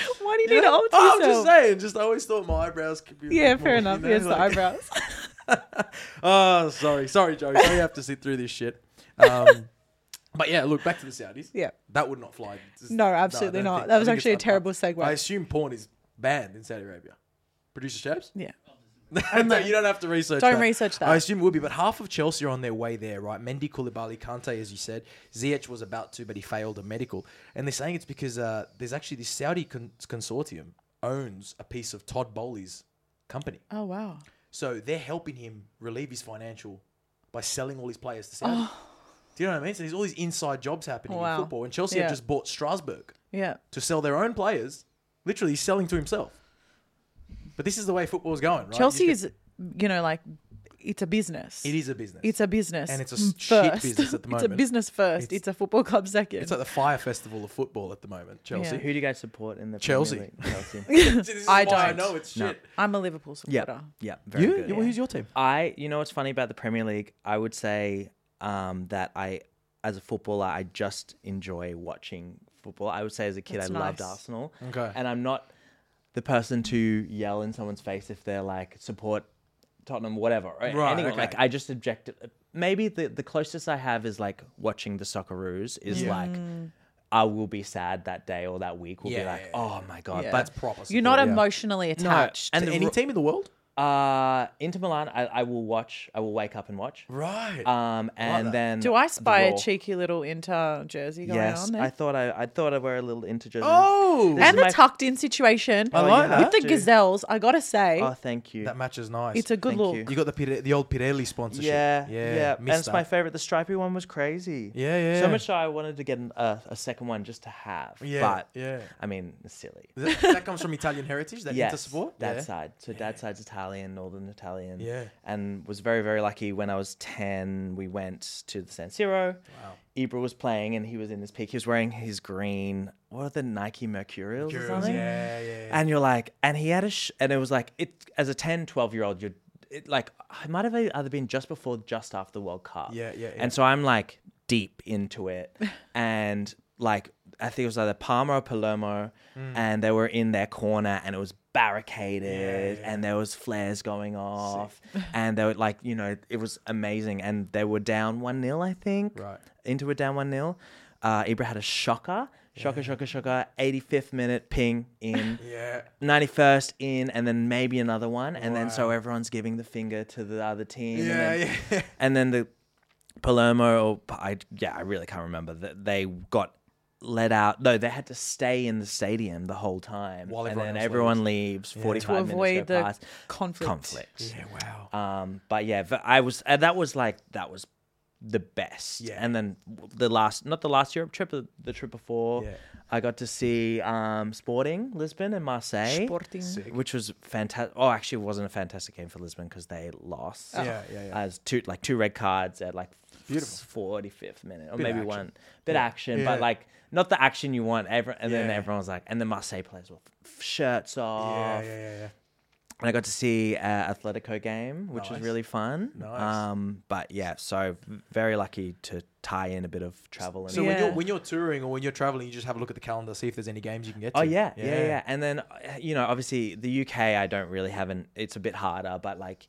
Oh,
Why do you need to alter
I'm just
yourself?
saying. Just I always thought my eyebrows could be. a
Yeah,
bit
fair
more,
enough.
You know,
yes, the
like-
eyebrows.
Oh, sorry, sorry, Joe. Sorry, you have to sit through this shit. Um, but yeah, look back to the Saudis.
Yeah.
that would not fly. Just-
No, absolutely
I don't
not. That
I
was
think
actually
it's
a terrible
unpa-
segue.
I assume porn is banned in Saudi Arabia. Producer Shabs?
yeah.
no, you don't have to research.
Don't
that.
research that.
I assume it would be, but half of Chelsea are on their way there, right? Mendy, Koulibaly, Kante, as you said, Ziyech was about to, but he failed a medical, and they're saying it's because uh, there's actually this Saudi con- consortium owns a piece of Todd Bowley's company.
Oh wow.
So they're helping him relieve his financial by selling all his players to Saudi. Do you know what I mean? So there's all these inside jobs happening
Oh. Wow.
in football, and Chelsea
Yeah.
have just bought Strasbourg
Yeah.
to sell their own players. Literally, he's selling to himself. But this is the way football's going, right? You
Chelsea
can-
is, you know, like it's a business.
It is a business.
It's a business.
And it's a
m-
shit business at the
It's a
moment.
business first. It's,
It's-
a football club second.
It's like the fire festival of football at the moment, Chelsea.
Yeah.
Who do you guys support in the
Chelsea.
Premier League? Chelsea.
See, this is
I
why I
don't.
know it's
No.
shit.
I'm a Liverpool
yeah,
supporter.
yeah, very
you?
good.
You- Who's your team?
I, you know, what's funny about the Premier League? I would say um, that I, as a footballer, I just enjoy watching football. I would say as a kid,
That's
I loved
nice.
Arsenal.
Okay.
And I'm not the person to yell in someone's face if they're like support Tottenham, whatever. Right.
Right,
Anyone.
okay.
Like I just object. Maybe the the closest I have is like watching the Socceroos. Is
Yeah.
like. I will be sad that day or that week. Will be
Yeah,
like,
yeah,
oh my god!
Yeah.
But
proper.
You're not
support, yeah.
emotionally attached.
and
To
the
any
ru-
team in the world?
uh, Inter Milan, I, I will watch. I will wake up and watch.
Right.
Um, and
that.
then
Do I
the
spy a
Raw.
cheeky little Inter jersey going
Yes,
on there?
I thought I, I thought I wear a little Inter jersey.
oh,
This
and
is
the
my-
tucked in situation
I like
have
that.
with the
to.
gazelles. I gotta say,
Oh, thank you.
that matches nice.
it's a good
thank
look.
you.
You got the Pire- the old Pirelli sponsorship.
yeah,
yeah,
yeah, And
missed
it's my
that.
favorite. The stripy one was crazy.
Yeah, yeah,
So
yeah.
much so I wanted to get an, uh, a second one just to have.
Yeah,
but
yeah.
I mean, it's silly.
That, that comes from Italian heritage. That
Yes,
Inter support.
Dad
yeah.
side. So dad side's Italian, Northern Italian.
Yeah.
And was very, very lucky when I was 10. We went to the San Siro. Wow. Ibra was playing and he was in his peak. He was wearing his green, what are the Nike Mercurials or
Girls,
something?
yeah, yeah.
And you're like, and he had a, sh- and it was like, it as a 10, 12 year old, you're it, like, I might have either been just before, just after the World Cup.
Yeah, yeah, yeah.
And so I'm like deep into it.
Hmm.
and like, I think it was either Palma or Palermo, and they were in their corner, and it was barricaded
yeah.
and there was flares going off and they were like you know it was amazing and they were down one 0 I think
Right.
into it down one 0 uh, Ibra had a shocker shocker shocker shocker 85th minute ping in
Yeah.
91st in and then maybe another one and then so everyone's giving the finger to the other team and
Yeah,
then,
yeah.
and then the Palermo or Pa- I yeah I really can't remember that they got let out no they had to stay in the stadium the whole time
While
and
everyone
then
else
everyone leaves 45
To
minutes
avoid
go
the
past.
conflict.
conflict
Yeah, wow.
um but yeah but I was and that was like that was the best
Yeah.
and then the last not the last Europe trip the, the trip before
Yeah.
I got to see um Sporting Lisbon and
eh?
Marseille
Sporting.
which was fantastic. Oh, actually, it wasn't a fantastic game for Lisbon because they lost.
Yeah, yeah, yeah.
As two like two red cards at like
Oh. Beautiful.
forty fifth minute or
Bit of
maybe
action.
one bit
Yeah.
action,
Yeah.
but like not the action you want. Every, and then
Yeah.
everyone was like, and the Marseille players with f- shirts
yeah,
off.
yeah, yeah, yeah.
And I got to see uh, Atletico game, which was
Nice.
really fun.
Nice.
Um, but yeah, so v- very lucky to tie in a bit of travel. And
So when
Yeah.
you're when you're touring or when you're traveling, you just have a look at the calendar, see if there's any games you can get. to.
Oh yeah, yeah, yeah, And then uh, you know, obviously the UK, I don't really have an. It's a bit harder, but like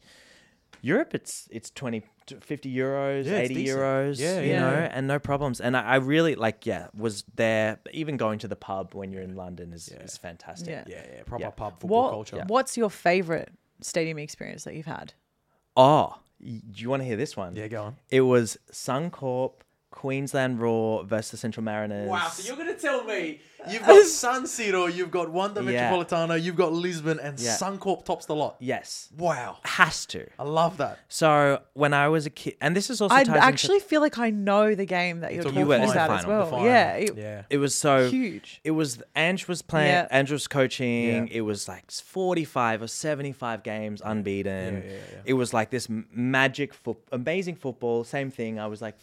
Europe, it's it's 20, 50 euros,
Yeah, it's
eighty
decent.
euros.
Yeah,
you
yeah.
know, and no problems. And I, I really like, yeah, was there. Even going to the pub when you're in London is is fantastic.
Yeah.
yeah, yeah. Proper
Yeah.
pub football
What,
culture.
What's your favorite stadium experience that you've had?
Oh, y- do you want to hear this one?
Yeah, go on.
It was Suncorp Queensland Raw versus Central Mariners.
Wow, so you're gonna tell me you've got San Siro, you've got Wanda
Yeah.
Metropolitano, you've got Lisbon, and
Yeah.
Suncorp tops the lot.
yes,
Wow,
has to.
I love that.
So when I was a kid, and this is also
I
ties into-
actually feel like I know the game that you're
talking
talking
about the
about
final,
as
the
well.
final.
Yeah, it-
yeah,
It was so
Huge.
It was Ange was playing.
Yeah.
Ange was coaching.
Yeah.
It was like forty-five or seventy-five games unbeaten.
Yeah, yeah, yeah.
It was like this m- magic, fo- amazing football. Same thing. I was like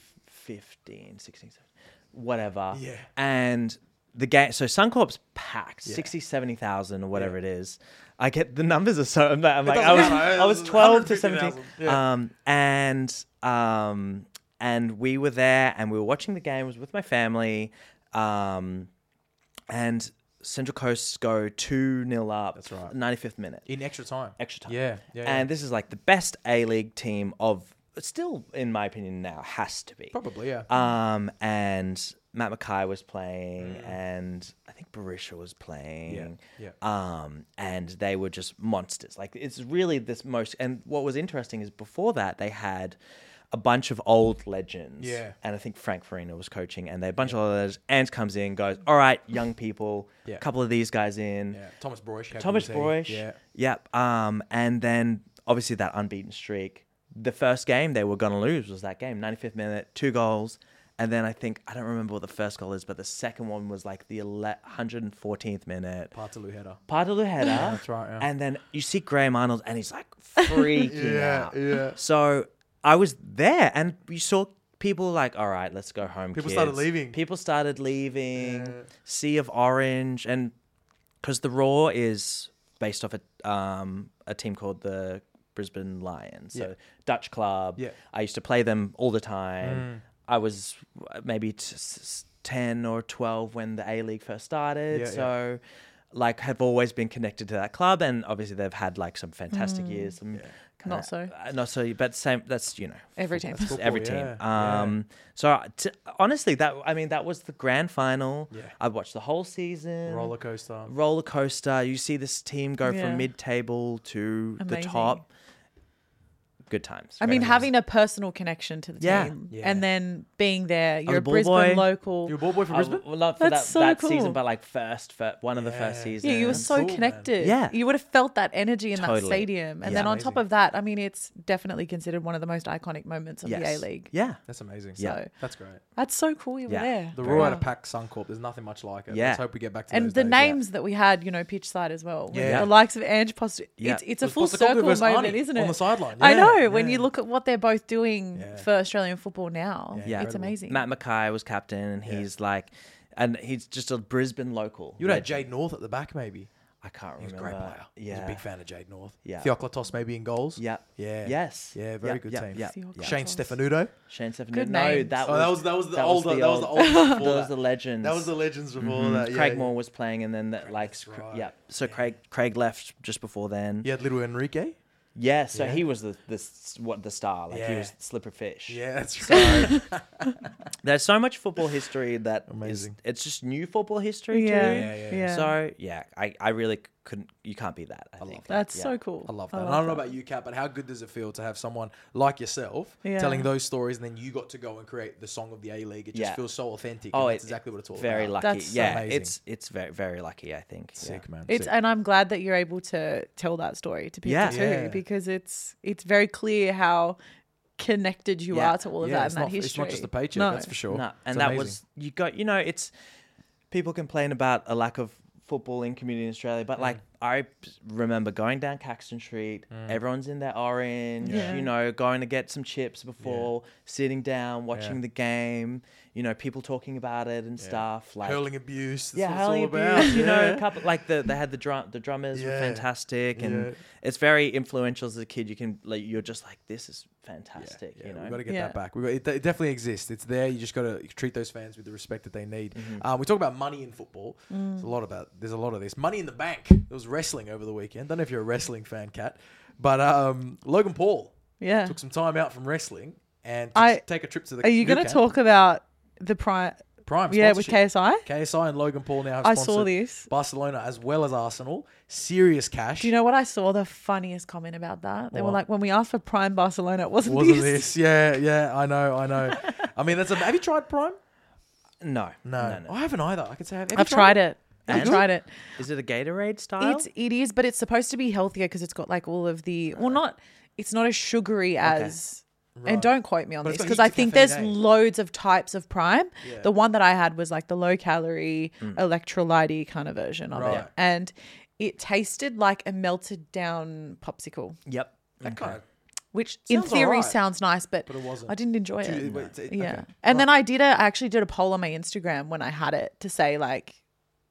15, 16, 17, whatever.
Yeah.
And the game. So Suncorp's packed, sixty, seventy thousand or whatever it is. I get the numbers are so. I'm like, I'm like, I
doesn't
was,
matter.
I was
It's
twelve to
150,000.
seventeen.
Yeah.
Um, and um, and we were there, and we were watching the game. I was with my family, um, and Central Coast go two 0 up. That's
right.
Ninety fifth minute,
in extra time,
extra time.
Yeah, yeah,
And this is like the best A League team of, still in my opinion now, has to be
probably yeah.
um, and Matt Mackay was playing, and I think Barisha was
Mm.
playing.
Yeah,
Um, and they were just monsters. Like it's really this most. And what was interesting is before that they had a bunch of old legends.
Yeah.
And I think Frank Farina was coaching, and they had a bunch of old legends. Ant comes in, goes, "All right, young people,
Yeah.
a couple of these guys in."
yeah. Thomas Broish. how
Thomas
good was
Broish.
he? Yeah.
Yep. Um, and then obviously that unbeaten streak. The first game they were going to lose was that game, 95th minute, two goals. And then I think, I don't remember what the first goal is, but the second one was like the ele- 114th minute.
Partelu header.
Pardalu header.
that's right, yeah.
And then you see Graham Arnold and he's like freaking
Yeah,
out.
yeah.
So I was there and you saw people like, all right, let's go home.
People started
kids."
leaving.
People started leaving. Sea of Orange. And because the Raw is based off a, um, a team called the Brisbane Lions. So
Yeah.
Dutch club.
Yeah. Mm.
I used to play them all the time. I was uh, maybe t- s- s- 10 or 12 when the A League first started.
Yeah, yeah.
so, like, have always been connected to that club. And obviously, they've had like some fantastic years. Some kinda-
Mm. Not so.
uh, Not so, but same. That's, you know,
Every team.
it's every team.
yeah, yeah.
Um, So, t- honestly, that, I mean, that was the grand final.
Yeah.
I watched the whole season
Roller coaster.
roller coaster. You see this team go
Yeah.
from mid table to the
Amazing.
top. Good times.
I mean, having a personal connection to the
Yeah.
team
Yeah.
and then being there, you're
was
a
a ball
Brisbane
boy.
local.
You a ball boy from
I
Brisbane?
w- not for
That's
that,
so
that
cool.
season, but like first, fir- one of the first
Yeah.
seasons.
yeah, you were so
cool, man.
connected.
Yeah.
You would have felt that energy in that
Totally.
stadium. And
Yeah.
then on top
Amazing.
of that, I mean, it's definitely considered one of the most iconic moments of
Yes.
the A League.
Yeah.
That's amazing.
Yeah.
that's great.
That's so cool you were
Yeah.
there.
The Royal had a
Wow.
packed Suncorp. There's nothing much like it.
Yeah.
Let's hope we get back to
and
those
the
days.
names that we had, you know, pitch side as well. When
Yeah.
The likes of Ange Post.
Yeah.
It's, it's a
Was
full
Postecoglou
circle
versus
moment,
Arnie
isn't it?
on the sideline.
I
Yeah,
know. When
yeah.
you look at what they're both doing
Yeah.
for Australian football now,
Yeah.
it's amazing.
Matt Mackay was captain, and he's like, and he's just a Brisbane local.
You would have
legend.
Jade North at the back, maybe.
I can't
He was a
remember.
great player.
Yeah.
He was a big fan of Jade North.
Yeah.
Theoklitos maybe in goals.
Yeah.
Yeah.
Yes.
Yeah, very
Yep,
good
yep,
team.
yep,
Theoklitos.
yep.
Shane Stefanuto.
Shane Stefanuto.
Good
no,
names.
that
Oh,
was,
that was that was the
that
older that was the older before
Those
that.
the legends. Mm,
That was the legends before that. Yeah.
Craig Moore was playing, and then that like,
that's
scr-
right.
yeah. So Craig Craig left just before then.
You had little Enrique.
Yeah, so
Yeah.
he was the the s- what the star, like he
Yeah.
was slipper fish.
Yeah, that's right.
There's so much football history that is-
Amazing.
it's just new football history
Yeah.
too.
Yeah, yeah, yeah.
So yeah, I, I really c- couldn't. You can't be that. I, think.
That's
Yeah.
so cool.
I love that. and I don't know about you, Kat, but how good does it feel to have someone like yourself
Yeah.
telling those stories, and then you got to go and create the song of the A League? It just
Yeah.
feels so authentic.
Oh,
and
it-
that's exactly what it's all
Very
about.
lucky.
That's so
yeah,
amazing.
it's it's very very lucky. I think. Yeah.
Sick man.
It's
Sick.
and I'm glad that you're able to tell that story to people
Yeah.
too
Yeah.
because it's it's very clear how connected you
Yeah.
are to all of
Yeah,
that
it's
and that
not,
history.
It's not just the paycheck,
No.
that's for sure.
No, and
It's
that
amazing.
was you got. You know, it's people complain about a lack of football in community in Australia,
Mm.
but like I remember going down Caxton Street,
Mm.
everyone's in their orange.
Yeah.
You know, going to get some chips before sitting down, watching
Yeah.
the game. You know, people talking about it and stuff. Like
hurling abuse. That's
yeah,
what
hurling
it's all about.
abuse. You know,
yeah.
a couple like the they had the drum the drummers were
Yeah.
fantastic, and
Yeah.
it's very influential as a kid. You can like you're just like this is fantastic.
Yeah,
you know,
we've got to get
Yeah.
that back. We've got, it, it definitely exists. It's there. You just got to treat those fans with the respect that they need.
Mm-hmm.
Um, we talk about money in football.
Mm.
There's a lot about. There's a lot of this. Money in the Bank. There was wrestling over the weekend. Don't know if you're a wrestling fan, Cat, but um, Logan Paul
yeah.
took some time out from wrestling and to
I-
take a trip to the.
Are you going to
Nucat
talk about the prime?
Prime?
Yeah, with
sponsorship.
KSI.
KSI and Logan Paul now have
I
sponsored
saw this.
Barcelona as well as Arsenal. Serious cash.
Do you know what I saw? The funniest comment about that. They were
What?
like, when we asked for prime Barcelona, it wasn't,
Wasn't
this.
this? Yeah, yeah. I know. I know. I mean, that's a. Have you tried Prime?
no,
No, Oh, I haven't either. I could say I have. Have you
I've tried it. I've
And?
tried it.
Is it a Gatorade style?
It's it is, but it's supposed to be healthier because it's got like all of the well, not it's not as sugary as. And don't quote me on
But
this
it's got
because
heaps
I
of
think
caffeine,
there's
eh?
loads of types of prime.
Yeah. Mm.
The one that I had was like the low calorie, electrolyte kind of version of
Right.
it, and it tasted like a melted down popsicle,
yep.
That kind of
which in
Sounds
theory
alright.
sounds nice, but,
But it wasn't.
I didn't enjoy
Do you-
it.
wait, it's- it-
Yeah,
okay.
and then I did a I actually did a poll on my Instagram when I had it to say like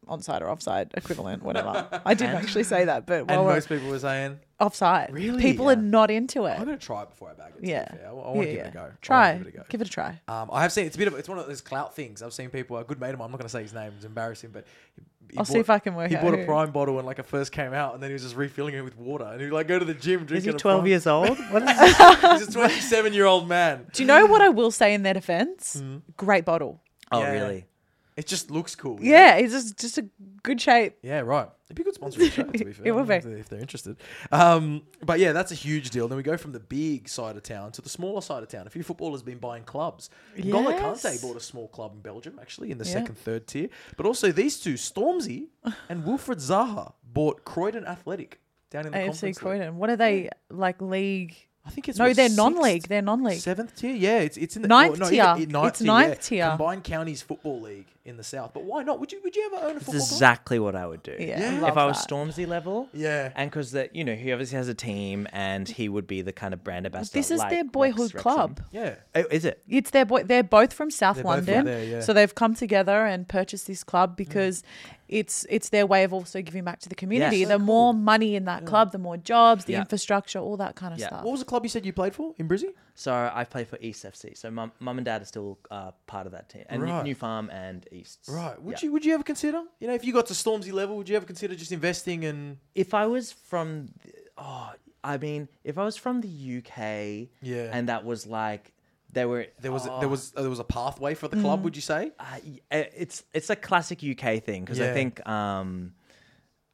onside or offside equivalent, whatever. I didn't actually say that, but
And
while we're-
most people were saying,
offside.
Really?
People are
Yeah.
not into it.
"I'm gonna try it before I bag it." to be
yeah.
fair. I, want to
Yeah,
give it
yeah.
a go. I wanna
Try.
give it a go.
a try.
Um, I have seen it's a bit of it's one of those clout things. I've seen people. A good mate of mine. I'm not gonna say his name. It's embarrassing, but he- he
I'll see if I can work
He
out
bought a
who.
Prime bottle when like it first came out, and then he was just refilling it with water. And he would, like go to the gym drinking.
Is he
a
12
Prime.
years old? What is this?
He's a 27 year old man.
Do you know what I will say in their defense?
Hmm.
Great bottle.
oh,
Yeah.
really?
It just looks cool. you know?
Yeah, it's just, just a good shape.
Yeah, right. It'd be a good sponsor of the show, to be fair.
It would
I don't know
be.
If, they- if they're interested. Um, but yeah, that's a huge deal. Then we go from the big side of town to the smaller side of town. A few footballers have been buying clubs. N'Golo Kante
Yes.
bought a small club in Belgium, actually, in the second, third tier. But also these two, Stormzy and Wilfred Zaha, bought Croydon Athletic down in the
AFC
Conference League.
Croydon. What are they like league?
I think it's
No,
what,
they're
sixth,
non-league. They're non-league.
Seventh tier, yeah, it's it's in the
Ninth
no,
tier.
it-
It's ninth
yeah.
tier.
Combined counties football league in the south. But why not? Would you would you ever own a
It's
football club?
exactly what I would do.
Yeah.
Yeah.
I
If
love
If I was
that.
Stormzy level.
Yeah.
And because that, you know, he obviously has a team and he would be the kind of brand ambassador.
This is
like
their
Rex
boyhood
Rexham.
club.
Yeah.
Oh, is it?
It's their boy. They're both from South
They're both from
London,
there, yeah. Mm.
so they've come together and purchased this club because it's it's their way of also giving back to the community.
So
The more money in that club, the more jobs, the
Yeah.
infrastructure, all that kind of
Yeah.
stuff.
What was the club you said you played for in Brizzy?
So I play for East FC. So mum, mum and dad are still uh, part of that team. And New-
Right.
New Farm and Easts.
Right. Would
Yeah.
you would you ever consider? You know, if you got to Stormzy level, would you ever consider just investing in?
If I was from, the, oh, I mean, if I was from the UK
Yeah.
and that was like, they were
There was there was there was a pathway for the club. Would you say?
Uh, y- uh, it's it's a classic UK thing because
Yeah.
I think um,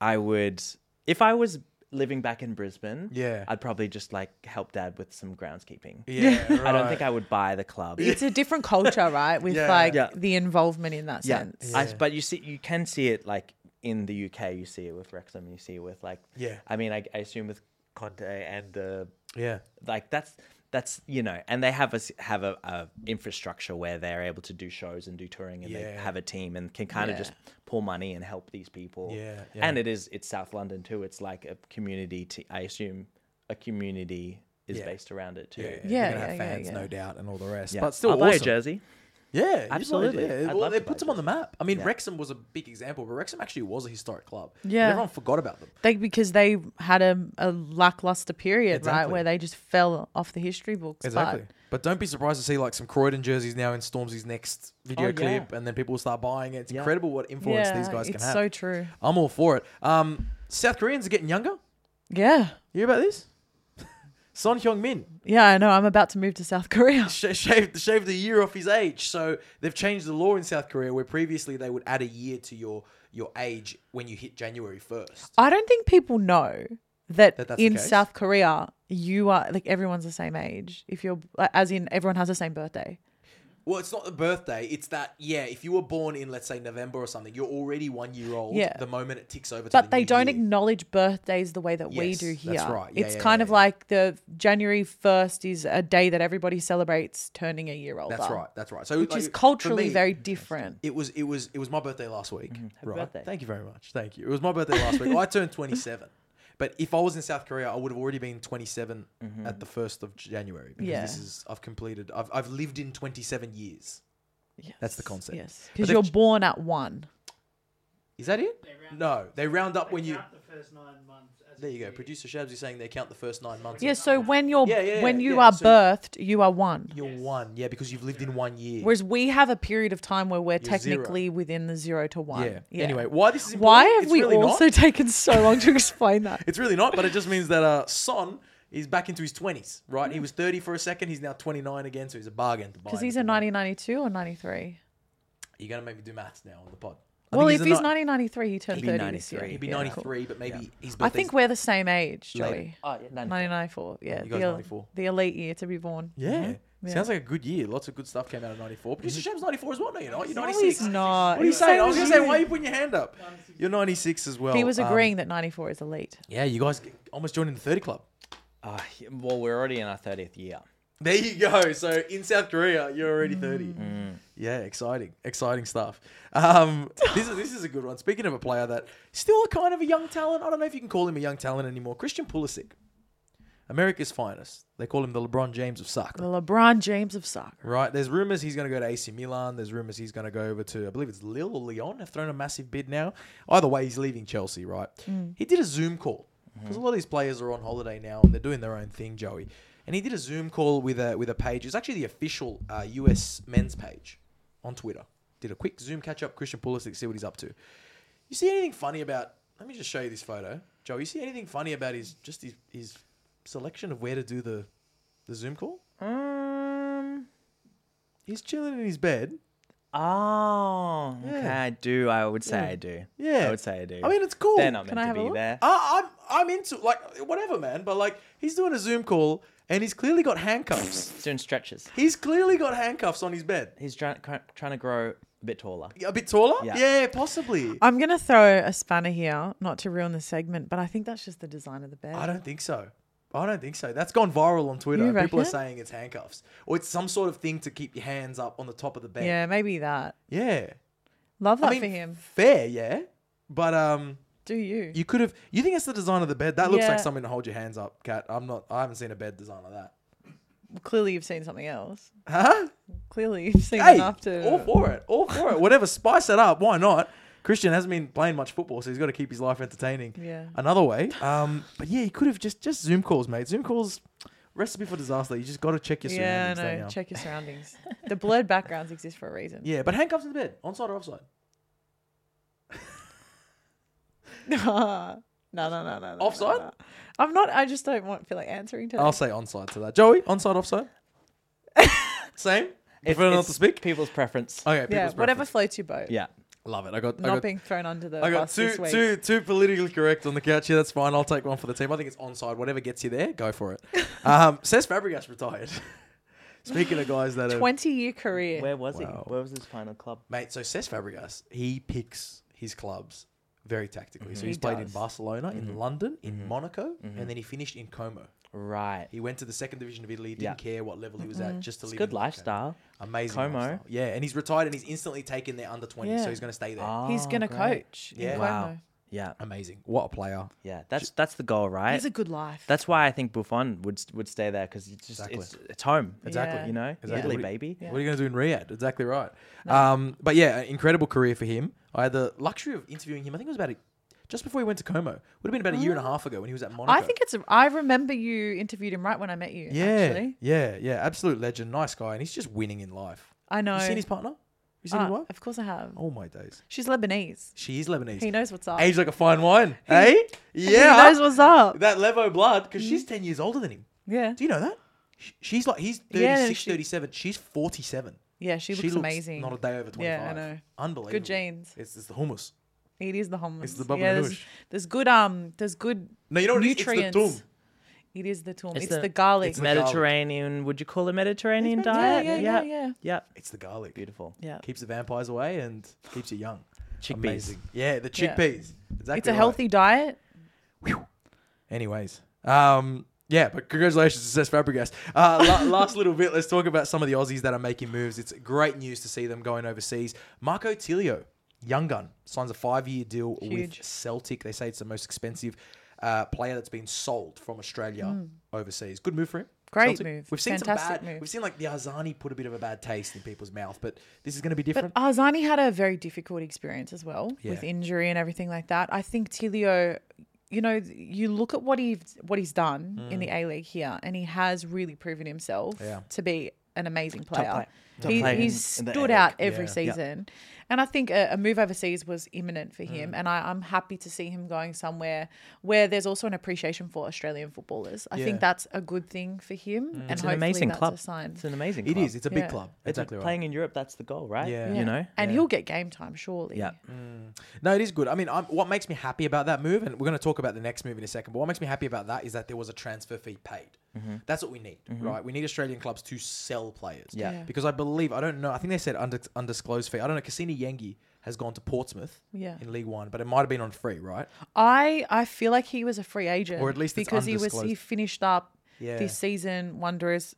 I would if I was living back in Brisbane,
Yeah.
I'd probably just like help dad with some groundskeeping.
Yeah.
I don't think I would buy the club.
it's a different culture, right? With
Yeah.
like
Yeah.
the involvement in that
yeah,
sense.
I, but you see, you can see it like in the UK. You see it with Wrexham. You see it with like
Yeah.
I mean, I, I assume with Conte and uh,
Yeah.
like that's. That's you know, and they have a s- have a, a infrastructure where they're able to do shows and do touring, and they
Yeah.
have a team and can kind of
Yeah.
just pour money and help these people.
Yeah,
and it is it's South London too. It's like a community. T- I assume a community is
Yeah.
based around it too.
Yeah.
Yeah,
You're gonna have
yeah, yeah,
fans,
yeah.
no doubt, and all the rest.
Yeah.
But still,
I'll buy a
awesome.
jersey.
Yeah,
Absolutely.
You'd like, yeah.
I'd
Well,
love
it
to
puts
buy
them on the map. I mean,
Yeah.
Wrexham was a big example, but Wrexham actually was a historic club. And
Yeah.
everyone forgot about them.
They because they had a, a lackluster period, right,
Exactly.
where they just fell off the history books.
Exactly. But don't be surprised to see like some Croydon jerseys now in Stormzy's next video
Oh, yeah.
clip, and then people will start buying it. It's
Yeah.
incredible what
But
influence
yeah,
these guys can
it's
have.
so true.
I'm all for it. Um, South Koreans are getting younger.
Yeah,
You hear about this? Son Hyung Min
yeah, I know. I'm about to move to South Korea.
sh- shaved shaved a year off his age. So they've changed the law in South Korea where previously they would add a year to your your age when you hit January first.
I don't think people know that,
That that's the
in
case?
South Korea you are like everyone's the same age. If you're as in everyone has the same birthday.
Well, it's not the birthday. It's that yeah. If you were born in let's say November or something, you're already one year old.
Yeah.
The moment it ticks over, to
But
the
they
new
don't
year.
acknowledge birthdays the way that we
Yes,
do
that's
here.
right. Yeah,
it's
yeah,
kind
yeah,
of
yeah.
like the January 1st is a day that everybody celebrates turning a year older.
That's right. That's right. So
Which
like,
is
for
culturally
me,
very different.
It was it was it was my birthday last week.
Mm-hmm.
right.
birthday.
Thank you very much. Thank you. It was my birthday last week. I turned 27. But if I was in South Korea, I would have already been 27 at the 1st of January because
Mm-hmm. Yeah.
this is I've completed I've I've lived in 27 years. That's the concept.
Yes.
But
Because
they've
you're
ch-
born at one.
Is that it? No, they round up when you
count the first nine months as
There
a
you go.
year.
Producer Shabs is saying they count the first 9 months.
Yeah, so when you're
Yeah, yeah,
when
yeah,
you
yeah.
are
So-
birthed, you are one.
you're 1. Yeah, because you've lived in 1 year.
Whereas we have a period of time where we're
You're zero.
technically within the zero to one.
yeah. Anyway, why this is important?
why have
it's
we
really not.
also taken so long to explain that?
It's really not, but it just means that uh, Son is back into his 20s, right? He was 30 for a second. He's now 29 again, so he's a bargain to buy.
Because he's a 1992 or 93.
You're going to make me do maths now on the pod. I
Well,
think
if he's
a ni-
1993, he turned
He'd be
30 this year.
93.
He'd be
Yeah, cool.
93, but maybe he's
I think we're the same age,
Later.
Joey.
Oh, yeah, 94.
1994. Yeah,
you guys
the, el-
94.
the elite year to be born.
Yeah.
Yeah.
Sounds like a good year. Lots of good stuff came out of 94. Producer Shab's 94 as well. No, you're not. You're
No,
96.
he's not.
What are you
So
saying? I was going to say,
you.
why are you putting your hand up? You're 96 as well.
He was
Um,
agreeing that 94 is elite.
yeah, you guys get- almost joined in the 30 club.
Ah, yeah, well, we're already in our 30th year.
There you go. So in South Korea, you're already 30. Yeah, exciting, exciting stuff. Um, this is this is a good one. Speaking of a player that still a kind of a young talent, I don't know if you can call him a young talent anymore. Christian Pulisic, America's finest. They call him the LeBron James of
The
soccer.
LeBron James of soccer.
Right, there's rumors he's going to go to AC Milan. There's rumors he's going to go over to, I believe it's Lille or Lyon. Have thrown a massive bid now. Either way, he's leaving Chelsea. Right, he did a Zoom call because a lot of these players are on holiday now and they're doing their own thing, Joey. And he did a Zoom call with a with a page. It's actually the official uh, US men's page on Twitter. Did a quick Zoom catch up, Christian Pulisic, see what he's up to. You see anything funny about? Let me just show you this photo, Joey. You see anything funny about his just his, his selection of where to do the the Zoom call?
Um.
He's chilling in his bed.
Oh, okay. I do. I would say I do.
Yeah.
I would say I do.
I mean, it's cool.
They're not
Can
meant
I have
to
a
be
look?
there.
I, I'm I'm into like whatever, man. But like he's doing a Zoom call and he's clearly got handcuffs.
He's doing stretches.
he's clearly got handcuffs on his bed.
He's trying, trying to grow a bit taller.
A bit taller?
Yeah.
possibly.
I'm going to throw a spanner here, not to ruin the segment, but I think that's just the design of the bed.
I don't think so. I don't think so. That's gone viral on Twitter.
You
and People are
reckon?
saying it's handcuffs or it's some sort of thing to keep your hands up on the top of the bed.
yeah, maybe that.
Yeah.
Love that
I mean,
for him.
fair, yeah. But um,
Do you?
you could have. You think it's the design of the bed? That looks
Yeah.
like something to hold your hands up, Cat. I'm not. I haven't seen a bed design like that.
Clearly, you've seen something else.
Huh?
Clearly, you've seen
hey,
enough to.
all for it, all for it. Whatever, spice it up. Why not? Christian hasn't been playing much football, so he's got to keep his life entertaining.
Yeah.
Another way. Um, but yeah, you could have just just Zoom calls, mate. Zoom calls, recipe for disaster. You just got to check your
yeah,
surroundings.
no.
don't ya?
Check your surroundings. the blurred backgrounds exist for a reason.
Yeah, but handcuffs in the bed, onside or offside.
no, no, no, no, no. no,
Offside?
no. I'm not. I just don't want feel like answering to.
I'll say onside to that. Joey, onside, offside. Same.
It's-
Prefer not
it's
to speak.
People's preference.
Okay.
yeah,
people's
whatever
preference.
floats your boat.
Yeah.
Love it. I got. I
Not
got
being thrown under the
I got
bus
two,
this week.
two, two politically correct on the couch here. That's fine. I'll take one for the team. I think it's onside. Whatever gets you there, go for it. Um, says Fabregas retired. Speaking of guys that have,
20 year career.
Where was
Wow.
he? Where was his final club?
mate. So Cesc Fabregas, he picks his clubs very tactically. So he's
Mm-hmm. He
played in
does. Mm-hmm.
Barcelona, in London, in Monaco, and then he finished in Como.
Right.
He went to the second division of Italy. Didn't
Yeah.
care what level he was
Mm-hmm.
at, just to
It's
live.
good
in Como.
lifestyle.
Amazing.
Como.
lifestyle. Yeah, and he's retired and he's instantly taken their under twenty,
Yeah. Ah.
so he's going to stay there.
Oh,
He's going to
great.
coach.
Ah, Yeah.
In
Wow.
Cuomo.
Yeah,
Amazing. What a player.
yeah. That's that's the goal, right?
It's a good life.
that's why I think Buffon would would stay there because it's just
Exactly.
it's, it's home.
Exactly.
You know,
Exactly.
Italy,
What do you-
baby.
What are you going to do in Riyadh? Exactly right. Um, but yeah, incredible career for him. I had the luxury of interviewing him. I think it was about a, just before he went to Como. Would have been about a year and a half ago when he was at Monaco.
Mm. I think it's. A, I remember you interviewed him right when I met you.
Yeah,
actually.
yeah, yeah. Absolute legend, nice guy, and he's just winning in life.
I know.
You seen his partner? You seen
Ah,
his wife?
Of course I have.
Oh my days.
She's Lebanese.
She is Lebanese.
He knows what's up.
Aged like a fine wine, eh? Yeah.
He knows what's Mm. up.
that Levo blood, because she's ten years older than him.
Yeah.
Do you know that? Sh- She's like he's 36,
Yeah, she-
37. She's 47.
Yeah, she looks amazing.
Not a day over 25.
Yeah, I know.
Unbelievable.
Good genes.
It's, it's the hummus.
It is the hummus.
It's the baba
yeah,
ganoush.
there's, there's good um there's good
No, you know what it is? It's the
nutrients.
toum.
It is the tum.
It's
It's,
the-
the, garlic.
it's
It's
the garlic.
Mediterranean. Would you call it Mediterranean
yeah,
diet?
yeah, yeah, yeah.
Yep.
It's the garlic.
Beautiful.
yeah.
Keeps the vampires away and keeps you young.
Chickpeas.
Amazing. Yeah, the
Yeah.
chickpeas. Exactly.
It's a
right.
healthy diet.
Anyways, um, yeah, but congratulations to Cesc Fabregas. Uh, la- last little bit, let's talk about some of the Aussies that are making moves. It's great news to see them going overseas. Marco Tilio, young gun, signs a five-year deal
Huge.
with Celtic. They say it's the most expensive uh, player that's been sold from Australia overseas. Good move for him.
Hmm. Great move.
We've seen
Fantastic
some bad.
move.
We've seen like the Arzani put a bit of a bad taste in people's mouth, but this is going to be
But uh,
different.
Arzani had a very difficult experience as well with
Yeah.
injury and everything like that. I think Tilio, you know, you look at what he's what he's done in the A League here, and he has really proven himself
Mm. Yeah.
to be an amazing player.
player. Top
He,
player in- in
he's
the
stood
A-League.
out every
Yeah.
Yeah.
season, and I think a, a move overseas was imminent for him.
Mm.
And I, I'm happy to see him going somewhere where there's also an appreciation for Australian footballers. I
Yeah. Mm.
think that's a good thing for him, and
It's an
hopefully
amazing
that's
club.
a sign.
It's an amazing.
It
club.
is. It's a big
Yeah.
club.
It's
Exactly right.
playing in Europe. That's the goal, right?
Yeah.
You know.
and he'll get game time surely.
Yeah.
No, it is good. I mean, I'm, what makes me happy about that move, and we're going to talk about the next move in a second, but what makes me happy about that is that there was a transfer fee paid. That's what we need, right? We need Australian clubs to sell players.
Yeah. Yeah.
Because I believe, I don't know, I think they said under, undisclosed fee. I don't know, Cassini Yengi has gone to Portsmouth
Yeah.
in League One, but it might have been on free, right?
I I feel like he was a free agent,
Or at least it's
because he was he
undisclosed.
finished up
Yeah.
this season wondrous,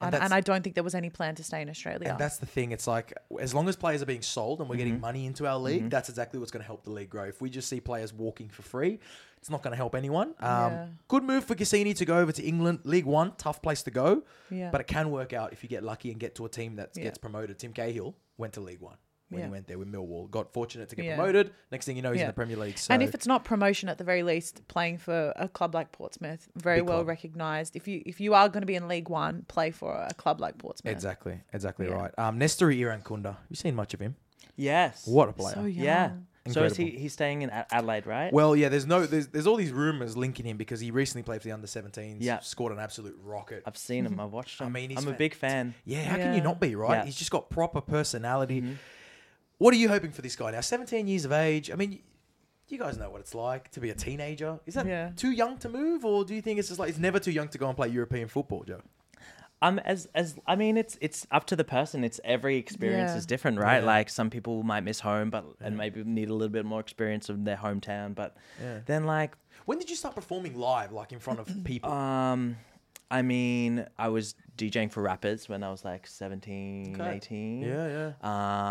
And
and, and,
that's-
I don't think there was any plan to stay in Australia.
And that's the thing. It's like as long as players are being sold and we're getting money into our league, that's exactly what's going to help the league grow. If we just see players walking for free, it's not going to help anyone. Um,
Yeah.
Good move for Cassini to go over to England, League One, tough place to go,
Yeah.
but it can work out if you get lucky and get to a team that
Yeah.
gets promoted. Tim Cahill went to League One when he
Yeah.
went there with Millwall, got fortunate to get
Yeah.
promoted. Next thing you know, he's in
Yeah.
the Premier League. So
and if it's not promotion at the very least, playing for a club like Portsmouth, very
Big
well
club.
recognised. If you if you are going to be in League One, play for a club like Portsmouth.
exactly, exactly
Yeah.
right. Um, Nestori Irankunda, have you seen much of him?
Yes.
What a player!
So young.
Yeah. So is he?
Incredible.
He's staying in A- Adelaide, right?
Well, yeah, there's no there's, there's all these rumors linking him because he recently played for the under 17s,
Yeah.
scored an absolute rocket.
I've seen him. I've watched him. I
mean,
mean,
he's
I'm a
fan-
big fan.
yeah, how can you
Yeah.
not be, right?
Yeah. Mm-hmm.
He's just got proper personality. What are you hoping for this guy now? 17 years of age. I mean, you guys know what it's like to be a teenager. Is that
Yeah.
too young to move or do you think it's just like it's never too young to go and play European football, Joe?
um as as i mean it's it's up to the person it's every experience
Yeah.
is different right
Yeah.
like some people might miss home but and maybe need a little bit more experience of their hometown but then like
When did you start performing live like in front of people?
um i mean i was djing for rappers when i was like 17
Okay.
18
yeah,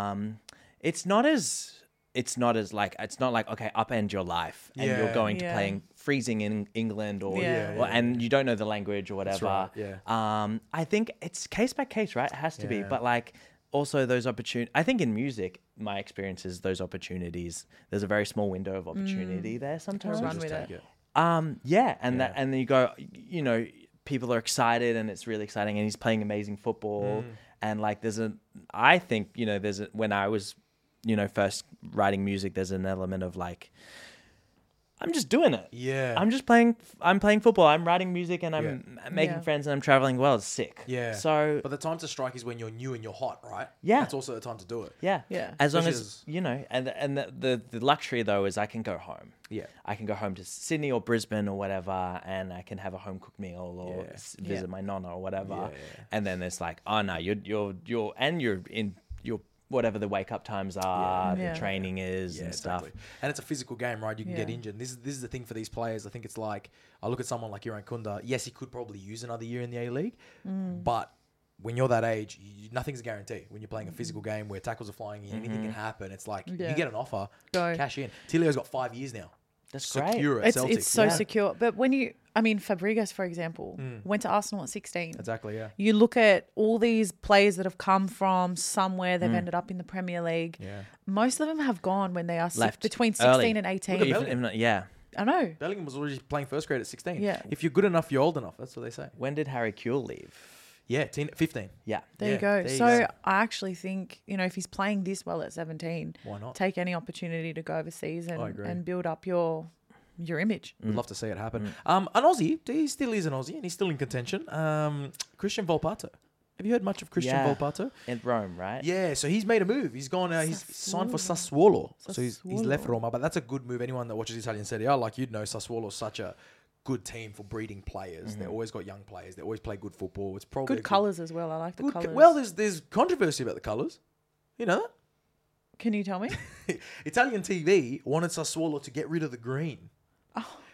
um it's not as it's not as like it's not like okay upend your life and
Yeah.
you're going to
Yeah.
playing freezing in england or,
Yeah. Yeah,
or
yeah,
and you don't know the language or whatever
right, yeah.
um i think it's case by case right it has to be
Yeah.
but like also those opportunities i think in music my experience is those opportunities there's a very small window of opportunity there sometimes
run
Just
with
take
it.
it.
um, yeah, and that, and then you go, you know, people are excited and it's really exciting, and he's playing amazing football,
Mm.
and like there's a, I think you know there's a, when I was, you know, first writing music, there's an element of like, I'm just doing it.
Yeah.
I'm just playing. I'm playing football. I'm writing music, and I'm m- making
Yeah.
friends, and I'm traveling. Well, it's sick.
Yeah.
So
But the time to strike is when you're new and you're hot, right?
Yeah.
That's also the time to do it.
Yeah.
Yeah.
As long
Which
as
is-
you know, and and the, the the luxury though is I can go home.
Yeah.
I can go home to Sydney or Brisbane or whatever, and I can have a home cooked meal or
Yeah.
s- visit
Yeah.
my nonna or whatever.
Yeah.
And then it's like, oh no, you're you're you're and you're in your whatever the wake up times are, the
Yeah.
training is and stuff.
exactly. And it's a physical game, right? You can get
Yeah.
injured. This is this is the thing for these players. I think it's
Mm.
like I look at someone like Iran Kunda. Yes, he could probably use another year in the A League, but when you're that age, you, nothing's a guarantee. When you're playing a physical game where tackles are flying in, anything can happen. It's like
Mm. Yeah.
you get an offer,
Go.
cash in. Tilio's got five years now.
That's
Secure at
It's,
Celtic.
it's so
yeah.
secure. But when you, I mean, Fabregas, for example,
Mm.
went to Arsenal at 16.
Exactly, yeah.
You look at all these players that have come from somewhere, they've ended up in the Premier League.
Mm. Yeah.
Most of them have gone when they are si-
Left
between 16
early.
and
Even-
18.
even- yeah.
I know.
Bellingham was already playing first grade at 16.
Yeah.
If you're good enough, you're old enough. That's what they say.
When did Harry Kuehl leave?
Yeah, teen, 15.
Yeah.
There
Yeah,
you go.
there you
so
go.
I actually think, you know, if he's playing this well at 17,
Why not?
take any opportunity to go overseas and,
agree.
and build up your your image.
We'd love to see it happen. Um, an Aussie, he still is an Aussie and he's still in contention. Um, Christian Volpato. Have you heard much of Christian
Yeah.
Volpato?
In Rome, right?
Yeah, so he's made a move. He's gone. Uh, he's signed for Sassuolo, so he's, he's left
Sassuolo.
Roma. But that's a good move. Anyone that watches Italian Serie A, like you'd know, Sassuolo's such a good team for breeding players. They always got young players. They always play good football. It's probably
Good
a
colours as well. I like the
good co-
colours.
well, there's there's controversy about the colours. You know,
Can you tell me?
that? Italian TV wanted Sassuolo to get rid of the green.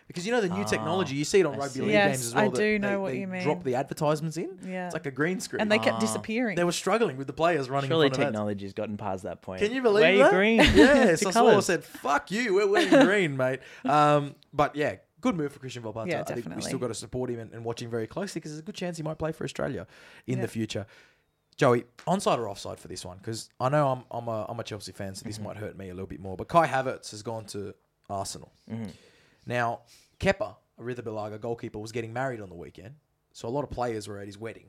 Because you know the new technology, you see it on
Ah, I
rugby
see.
league
Oh. Yes,
games as well.
I
that
do know
they-
what
they
you
Drop
mean.
the advertisements in.
Yeah.
It's like a green screen.
And they kept disappearing.
Ah. they were struggling with the players running. in
Ah. Surely
front of ads.
technology's gotten past that point.
Can you believe
Way
that?
green.
Yeah,
To
so Sassuolo
colours.
said, "Fuck you, we're wearing green, mate." Um, but yeah, good move for Christian Volpato.
Yeah,
I think we still
definitely.
got to support him and, and watch him very closely because there's a good chance he might play for Australia in
Yeah.
the future. Joey, onside or offside for this one? Because I know I'm I'm a, I'm a Chelsea fan, so this
Mm-hmm.
might hurt me a little bit more. But Kai Havertz has gone to Arsenal.
Mm-hmm.
Now, Kepa Arrizabalaga, goalkeeper, was getting married on the weekend, so a lot of players were at his wedding.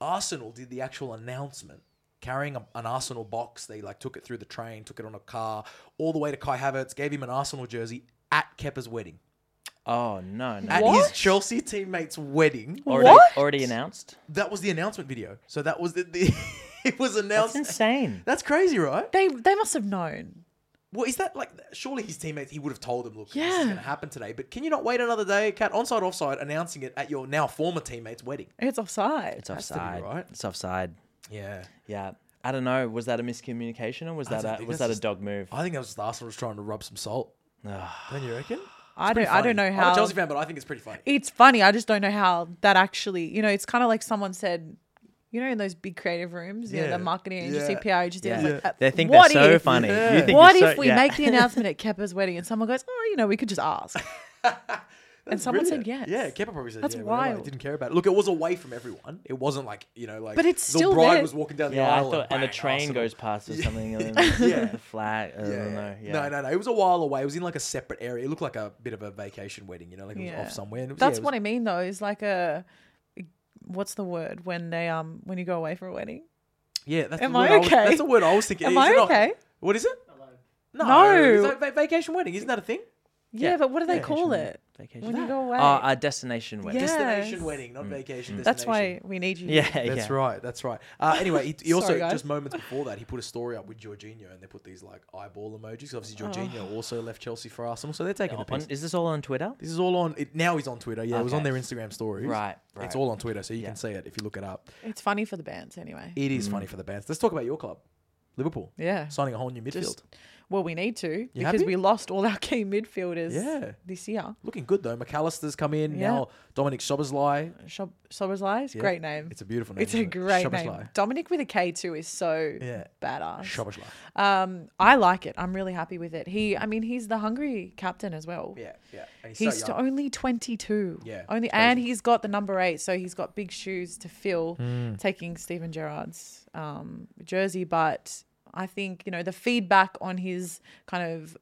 Arsenal did the actual announcement carrying a, an Arsenal box. They like took it through the train, took it on a car, all the way to Kai Havertz, gave him an Arsenal jersey at Kepa's wedding.
Oh no, no.
At his
What?
Chelsea teammate's wedding.
Already,
What?
already announced?
That was the announcement video. So that was the, the it was announced.
That's insane.
That's crazy, right?
they they must have known.
Well, is that like surely his teammates? He would have told them, "Look, this
Yeah.
is going to happen today." But can you not wait another day, Cat? Onside, offside, announcing it at your now former teammate's wedding.
It's offside.
It's
has to be
offside.
right.
It's offside.
Yeah,
Yeah. I don't know. Was that a miscommunication or was
I
that
don't
a,
think
was
that's
that a
just-
dog move?
I think that was just Arsenal was trying to rub some salt. Don't you reckon?
I
Pretty
don't I don't
funny.
know
I'm
how
a Chelsea fan, but I think it's pretty funny.
it's funny. I just don't know how that actually, you know, it's kind of like someone said, you know, in those big creative rooms, you know,
Yeah.
the marketing agency,
Yeah.
PR agency. I was Like, uh,
They think
what
they're so
if-
funny.
Yeah.
You think
What
you're
if
so-
we
yeah.
make the announcement at Keppa's wedding and someone goes, oh, you know, we could just ask. and someone said yes.
Brilliant. Yeah, Kepa probably said
That's
yeah. whatever. I
wild.
didn't care about it. Look, it was away from everyone. It wasn't like you know, like.
But it's
the
still
bride
there.
was walking down the
Yeah, I
aisle,
thought, and the
bang,
train
Arsenal.
goes past or something, and then
Yeah.
the flag. I
Yeah,
don't know.
yeah.
Yeah.
No, no, no. It was a while away. It was in like a separate area. It looked like a bit of a vacation wedding, you know, like it was
Yeah.
off somewhere. And it was,
That's
yeah, it
what
was,
I mean, though, is like a. What's the word when they um when you go away for a wedding?
Yeah, that's
Am
the
I
word was,
okay?
that's the word I was thinking.
Am
Is
I
it not-
okay?
what is it? No,
No.
Is that va- vacation wedding. Isn't that a thing?
Yeah,
Yeah.
but what do they
Vacation
call
wedding.
it
Vacation.
when you go away?
Oh, our destination wedding.
Yeah. Yes. Mm.
Destination wedding, not
Mm.
vacation.
That's
destination.
why we need you.
Yeah,
That's
yeah.
right. That's right. Uh, anyway, he, he also
Sorry, guys.
just moments before that, he put a story up with Jorginho and they put these like eyeball emojis. Obviously, Jorginho also left Chelsea for Arsenal, so they're taking the
On,
piss.
is this all on Twitter?
This is all on. It, now he's on Twitter. Yeah, it was
Okay.
on their Instagram stories.
Right,
It's
right.
all on Twitter, so you can see it if you look it up.
It's funny for the bands anyway.
It is funny for the bands. Let's talk about your club, Liverpool.
Yeah.
Signing a whole new midfield.
Well, we need to because
happy?
we lost all our key midfielders
Yeah.
this year.
Looking good though. McAllister's come in
Yeah.
now. Dominic Szoboszlai.
Shob- Soboslai is a
Yeah.
great name.
It's a beautiful name.
It's a
isn't it?
great name.
Szoboszlai.
Dominic with a K too is so
Yeah.
badass.
Szoboszlai.
Um, I like it. I'm really happy with it. He, I mean, he's the hungry captain as well.
Yeah, yeah. And he's,
He's
so
st-
young.
only 22.
Yeah,
Only,
it's crazy.
and he's got the number eight, so he's got big shoes to fill,
Hmm.
taking Stephen Gerrard's um, jersey. But I think you know the feedback on his kind of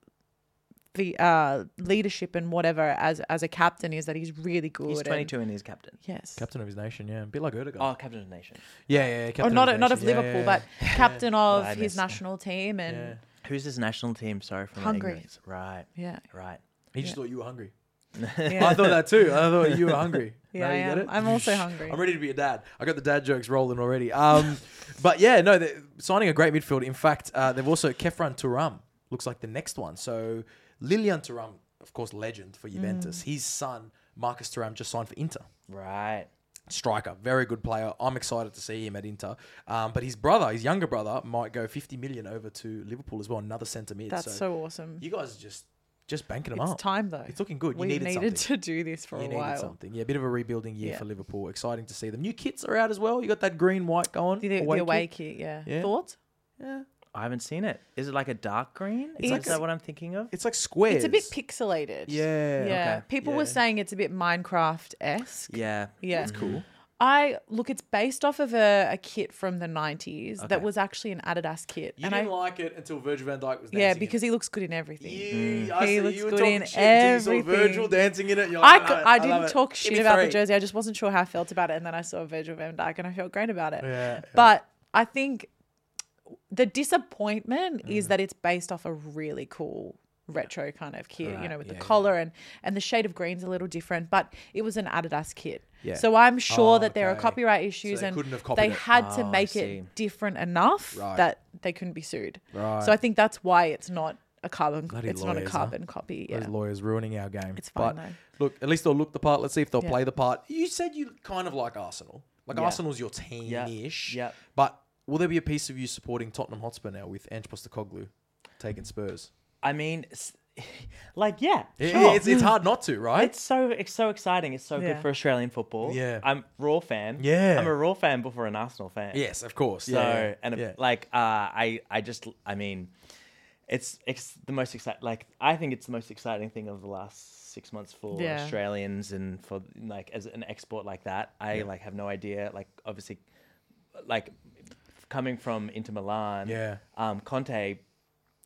the uh, leadership and whatever as as a captain is that he's really good.
He's
and-
22 and he's captain.
Yes.
Captain of his nation, yeah. A bit like Erdogan.
Oh, captain of the nation.
yeah, yeah, yeah.
Or
Captain
Oh, not
his
not of
nation. Yeah, yeah,
Liverpool,
yeah.
but captain of
I
his
missed that.
national team and
Who's his national team? Sorry for my
Hungary.
ignorance. Right,
yeah.
right.
He just thought you were hungry.
Yeah,
I
yeah.
thought that too. I thought you were hungry. Now
I
you get
am.
it?
I'm also hungry.
I'm ready to be a dad. I got the dad jokes rolling already. Um, but yeah, no, they're signing a great midfield. In fact, uh, they've also Kefran Turam looks like the next one. So Lilian Turam, of course, legend for Juventus.
Mm.
His son Marcus Turam just signed for Inter.
Right.
Striker, very good player. I'm excited to see him at Inter. Um, but his brother, his younger brother, might go 50 million over to Liverpool as well. Another centre mid.
That's so awesome.
You guys are just Just banking them
It's
up.
time though.
It's looking good. You
we
needed
needed
something.
to do this for
you
a
needed
while.
something. Yeah, a bit of a rebuilding year
Yeah.
for Liverpool. Exciting to see them. New kits are out as well. You got that green white going.
The, the away,
away kit.
kit, yeah.
Yeah.
Thoughts?
Yeah.
I haven't seen it. Is it like a dark green? Is
It's-
that what I'm thinking of?
It's like squares.
It's a bit pixelated.
Yeah,
Yeah.
okay,
People were
yeah.
saying it's a bit Minecraft esque.
Yeah.
Yeah.
That's cool.
I look, it's based off of a, a kit from the 90s
Okay.
that was actually an Adidas kit.
You
and I,
didn't like it until Virgil van Dyke was dancing.
yeah,
in it.
because he looks good in everything. Mm.
You,
He
I see,
looks
you were
good
talking
in
shit until you saw Virgil
everything.
dancing in it. You're
I,
like,
cou-
love
I
it, love
didn't
it.
talk
Give
shit
me
about the
three.
jersey. I just wasn't sure how I felt about it. And then I saw Virgil van Dyke and I felt great about it.
Yeah,
But I think the disappointment
Mm.
is that it's based off a really cool retro kind of kit, you know, with the collar and and the shade of green's a little different, but it was an Adidas kit.
Yeah.
So I'm sure
Oh,
that there are
okay.
copyright
So
issues
they
and
couldn't have copied
they
it. Ah,
had to
Oh, I
make
see.
it different enough
Right.
that they couldn't be sued.
Right.
So I think that's why it's not a carbon
Bloody
it's not a
lawyers, huh?
carbon copy. Yeah.
Those lawyers ruining our game.
It's fine,
But
though.
look, at least they'll look the part. Let's see if they'll
Yeah.
play the part. You said you kind of like Arsenal. Like
Yeah.
Arsenal's your team-ish.
Yeah.
But will there be a piece of you supporting Tottenham Hotspur now with Ange Postecoglou taking Spurs?
I mean, s- like, yeah.
It-
sure.
It's, it's hard not to, right?
It's so it's so exciting. It's so
Yeah.
good for Australian football.
Yeah.
I'm Raw fan.
Yeah.
I'm a Raw fan before an Arsenal fan.
yes, of course.
So and
yeah.
like uh, I I just I mean, it's it's the most exciting. Like I think it's the most exciting thing of the last six months for
Yeah.
Australians and for like as an export like that. I like have no idea. Like obviously, like coming from Inter Milan.
Yeah.
Um, Conte.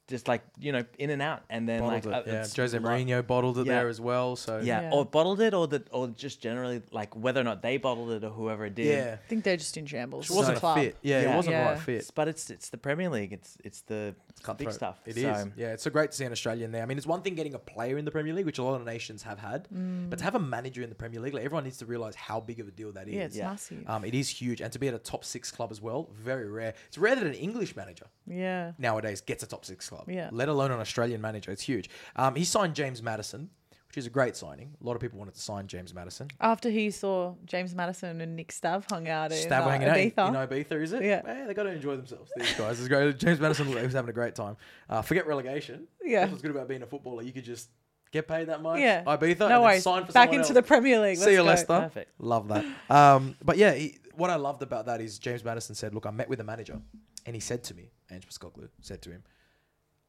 Just like you know, in and out, and then
bottled
like uh,
it. Yeah,
it's
Jose
lo-
Mourinho bottled it
Yeah.
there as well. So
yeah,
Yeah.
or bottled it, or that, or just generally like whether or not they bottled it or whoever did.
yeah,
I think they're just in shambles.
it wasn't
as a club.
fit. Yeah, it
Yeah.
wasn't
Yeah.
right fit.
It's- but it's it's the Premier League. It's it's the, it's the big
cutthroat.
stuff.
It is.
so,
Yeah, it's so great to see an Australian there. I mean, it's one thing getting a player in the Premier League, which a lot of nations have had, but to have a manager in the Premier League, like, everyone needs to realize how big of a deal that is.
Yeah, it's
Yeah.
massive.
Um, it is huge, and to be at a top six club as well, very rare. It's rare that an English manager
yeah.
nowadays gets a top six club.
Yeah.
Let alone an Australian manager. It's huge. Um, he signed James Madison, which is a great signing. A lot of people wanted to sign James Madison.
After he saw James Madison and Nick Stav hung out in
Stab
uh,
hanging out in-
Ibiza.
in Ibiza, is it?
Yeah.
Eh, they got to enjoy themselves. These guys, it's great. James Madison was having a great time. Uh, forget relegation.
Yeah.
that's what's good about being a footballer. You could just get paid that much.
Yeah.
Ibiza. and
No
then
worries.
Sign for
Back
someone
into
else.
the Premier League.
See you,
Let's go.
Leicester.
Perfect.
Love that. Um, but yeah, he, what I loved about that is James Madison said, "Look, I met with the manager, and he said to me, Ange Postecoglou said to him."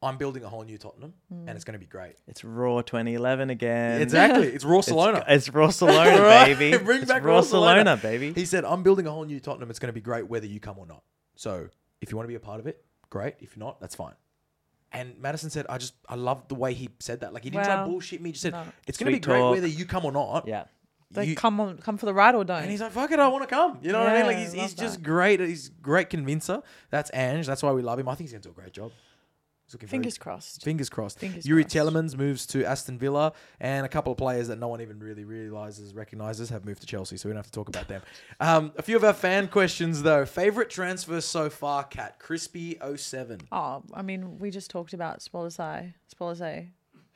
I'm building a whole new Tottenham,
Hmm.
and it's going to be great.
It's Raw 2011 again.
Exactly, it's raw Salona.
It's, it's Raw Salona, baby.
Bring
it's
back
Raw
Raw
Salona,
Salona.
baby.
He said, I'm building a whole new Tottenham. It's going to be great whether you come or not. So if you want to be a part of it, great. If not, that's fine. And Madison said, I just, I loved the way he said that. Like, he didn't try and
Wow.
bullshit me. He just said,
No.
it's going to be
Sweet
great
talk.
whether you come or not.
yeah.
Like,
You-
come on, come for the ride or don't.
and he's like, fuck it, I want to come. You know what I mean?
Yeah,
Like, he's,
love
he's just
that.
great. He's a great convincer. That's Ange. That's why we love him. I think he's going to do a great job. He's looking very-
Fingers crossed.
Fingers crossed.
Fingers
Yuri
crossed.
Telemans moves to Aston Villa, and a couple of players that no one even really realizes, recognizes, have moved to Chelsea, so we don't have to talk about them. Um, a few of our fan questions, though. Favorite transfer so far, Cat Crispy07.
oh, I mean, we just talked about Spolisai. Spolisai.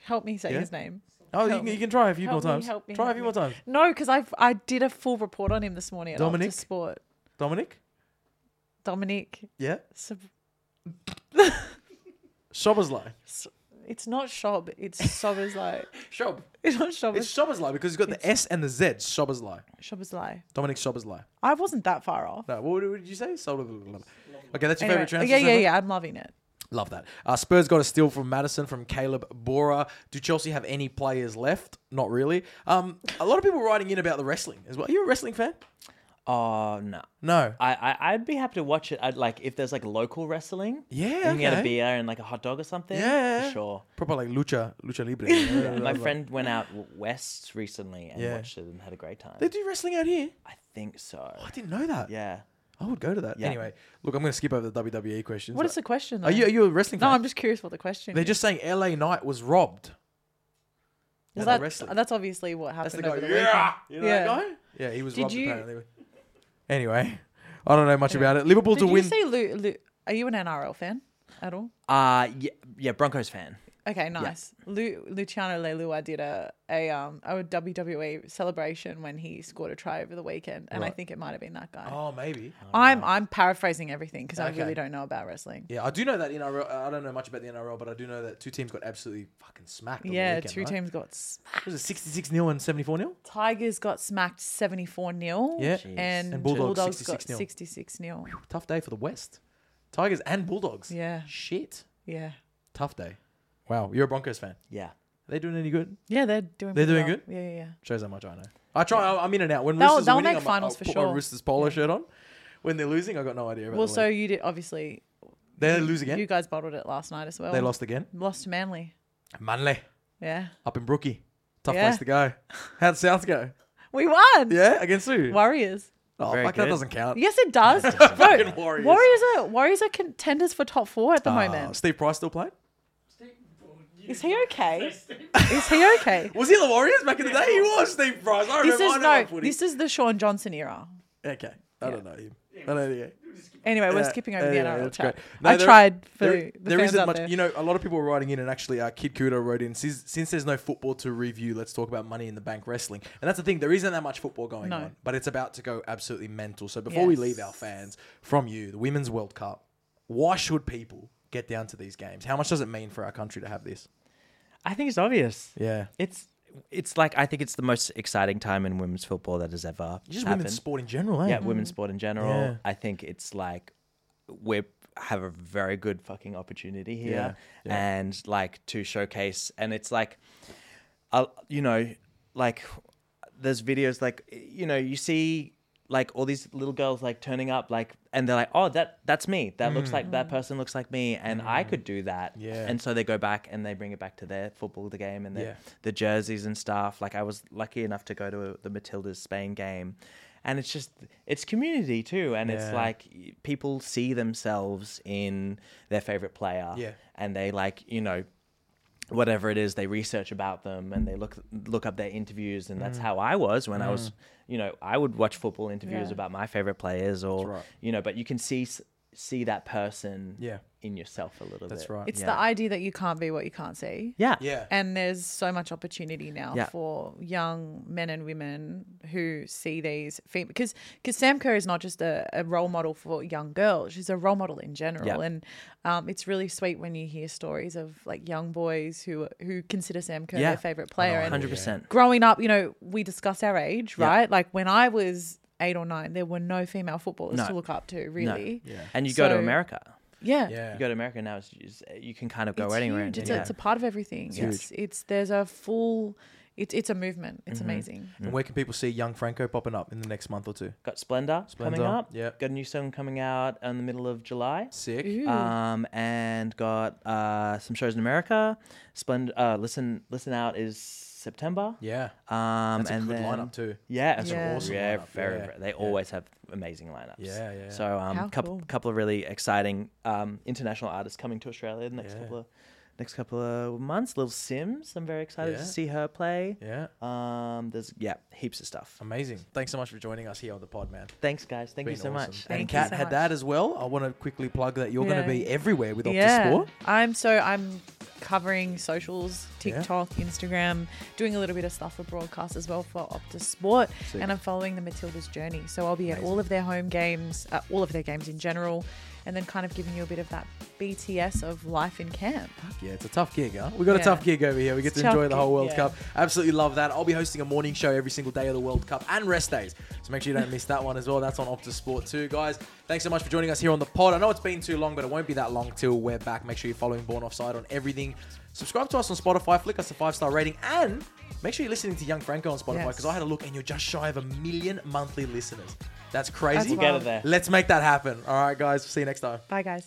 Help me say
Yeah?
his name.
Oh, you
Help
can,
me.
you can try a few
Help
more
me,
times.
help me,
try a
help
few more
me.
times.
No, because I I did a full report on him this morning. At Dominic
Dominic?
After Sport.
Dominic?
Dominic.
Yeah?
Sub-
Shobbersley.
It's not Shob. It's Sobersly.
Shob.
it's not Shob.
It's Shobbersley because he's got the S and the Z. Shobbersley.
Sobersly.
Dominic Shobbersley.
I wasn't that far off.
No, what what did you say? Sol- Okay, that's your
Anyway,
favorite transfer.
yeah,
so
yeah,
far?
yeah. I'm loving it.
Love that. Uh, Spurs got a steal from Madison from Caleb Bora. Do Chelsea have any players left? Not really. Um, a lot of people writing in about the wrestling as well. Are you a wrestling fan?
Oh no.
No.
I, I I'd be happy to watch it. I'd like if there's like local wrestling.
Yeah,
You can get
okay.
a beer and like a hot dog or something.
Yeah.
For sure.
Proper like lucha, lucha libre.
My friend went out w- west recently and
Yeah.
watched it and had a great time.
They do wrestling out here.
I think so.
I didn't know that.
Yeah.
I would go to that.
Yeah.
Anyway, look, I'm going to skip over the WWE questions.
What is the question? Though?
Are you are you a wrestling
No,
fan?
I'm just curious what the question.
They're
is.
just saying LA Knight was robbed.
Well,
Yeah, the
that-
wrestling.
That's obviously what happened.
That's the guy.
over the
yeah. You know
Yeah.
that guy? Yeah, he was
Did
robbed
you-
apparently. Anyway, I don't know much about it. Liverpool
Did
to
you
win.
say Lu- Lu- Are you an NRL fan at all?
Uh yeah, yeah Broncos fan.
Okay, nice. Lu- Luciano Leilua did a a um a WWE celebration when he scored a try over the weekend, and I
Right.
think it might have been that guy.
Oh, maybe.
I'm I'm paraphrasing everything because I
Okay.
really don't know about wrestling.
Yeah, I do know that NRL. uh, I don't know much about the NRL, but I do know that two teams got absolutely fucking smacked. on the
Yeah,
weekend,
two
right?
teams got smacked.
Was it 66 0 and 74 0?
Tigers got smacked 74 0.
Yeah. Jeez.
And,
And Bulldogs
Bulldogs, got
66-0.
66 0.
Tough day for the West. Tigers and Bulldogs.
Yeah.
Shit.
Yeah.
Tough day. Wow, you're a Broncos fan. Are
Yeah.
they doing any good?
Yeah, they're doing
They're
pretty
doing
well.
good?
Yeah, yeah, yeah.
Shows how much I know. I try. I- I'm in and out. When
They'll-
Roosters
they'll
are winning,
make
I'm,
finals
I'll
for
put my
sure.
Roosters polo shirt on. When they're losing, I got no idea about.
Well,
the
so
league.
you did obviously.
they lose again.
You guys bottled it last night as well.
they lost again.
Lost to Manly.
Manly
Yeah.
up in Brookie. Tough
Yeah.
place to go. How'd South go?
We won.
Yeah, against who?
Warriors.
Oh,
Very
fuck, that
good.
doesn't count.
Yes, it does.
Fucking
Bro,
Warriors.
Warriors. are Warriors are contenders for top four at the
Ah,
moment.
Steve Price still playing?
Is he okay? is he okay?
Was he the Warriors back in the day? He was Steve Price. I
This
remember. I
is
know my
no.
footy.
This is the Sean Johnson era.
Okay. I don't know him. I don't know.
Anyway, we're
Yeah,
skipping over
yeah,
the NRL
that's
chat.
great. No,
I
there-
tried for
There,
the
there
fans
isn't
out
much,
there.
you know. A lot of people were writing in, and actually, uh, Kid Kudo wrote in. Since, since there's no football to review, let's talk about Money in the Bank wrestling. And that's the thing. There isn't that much football going
No.
on, but it's about to go absolutely mental. So before we
Yes.
leave our fans from you, the Women's World Cup. Why should people get down to these games? How much does it mean for our country to have this?
I think it's obvious.
Yeah,
It's it's like I think it's the most exciting time in women's football that has ever
just
happened.
women's sport in general. Eh?
yeah, women's sport in general.
Yeah.
I think it's like we have a very good fucking opportunity here,
Yeah, yeah.
and like to showcase. And it's like, i you know, like there's videos like you know you see like all these little girls like turning up like and they're like oh that that's me that looks like that person looks like me and i could do that
Mm. Yeah.
and so they go back and they bring it back to their football the game and their,
Yeah.
the jerseys and stuff like i was lucky enough to go to the matildas spain game and it's just it's community too and it's
Yeah.
like y- people see themselves in their favorite player
Yeah.
and they like you know whatever it is they research about them and they look look up their interviews and
Mm.
that's how I was when I was you know I would watch football interviews
Yeah.
about my favorite players or
right.
you know but you can see s- see that person
Yeah.
in yourself a little
That's
bit
right.
It's
yeah.
the idea that you can't be what you can't see.
yeah
yeah,
And there's so much opportunity now
Yeah.
for young men and women who see these females. Because because Sam Kerr is not just a, a role model for young girls; she's a role model in general.
Yeah.
And um, it's really sweet when you hear stories of like young boys who who consider Sam Kerr
Yeah.
their favorite player. and
100%
growing up, you know, we discuss our age, right? Like when I was eight or nine, there were no female footballers
No.
to look up to,
No.
really. Yeah.
and you go to
So-
America
Yeah.
yeah.
you go to America now it's, it's, you can kind of go
It's
anywhere
huge.
and-
It's, a,
yeah.
it's a part of everything. It's, it's there's a full. It's it's a movement. It's amazing.
And where can people see young Franco popping up in the next month or two?
got Splendor, coming
Splendor,
up
yeah.
got a new song coming out in the middle of July
Sick.
Ooh.
um, and got uh, some shows in America. Splend- uh, listen, listen out is September.
Yeah,
Um,
that's
and
a good
then,
lineup too.
Yeah, it's
an Yeah.
awesome
Yeah,
lineup,
very,
yeah,
very- They
yeah.
always have amazing lineups.
Yeah, yeah.
So
How
um, couple
cool.
couple of really exciting um, international artists coming to Australia the next
Yeah.
couple of next couple of months. Little Sims, I'm very excited
Yeah.
to see her play.
Yeah,
Um, there's yeah, heaps of stuff.
amazing. Thanks so much for joining us here on the pod, man.
Thanks, guys. Thank you
Been
so
awesome.
much.
And
Thank you
Kat
so
had
much.
that as well. I want to quickly plug that you're going
Yeah.
to be everywhere with Optus Sport.
I'm so I'm covering socials,
Yeah.
TikTok, Instagram, doing a little bit of stuff for broadcast as well for Optus Sport,
Sick.
and I'm following the Matildas journey. So I'll be at all of their home games, uh, all of their games in general, and then kind of giving you a bit of that BTS of life in camp.
Yeah, it's a tough gig, huh? We got a
Yeah.
tough gig over here. We get
It's
to enjoy
tough
the whole
gig,
World
yeah.
Cup. Absolutely love that. I'll be hosting a morning show every single day of the World Cup and rest days. So make sure you don't miss that one as well. That's on Optus Sport too, guys. Thanks so much for joining us here on the pod. I know it's been too long, but it won't be that long till we're back. Make sure you're following Born Offside on everything. Subscribe to us on Spotify, flick us a five star rating, and make sure you're listening to Young Franco on Spotify
Yes.
because I had a look and you're just shy of a million monthly listeners. That's crazy.
That's We'll get it wild.
there.
Let's make that happen. All right, guys. See you next time.
Bye guys.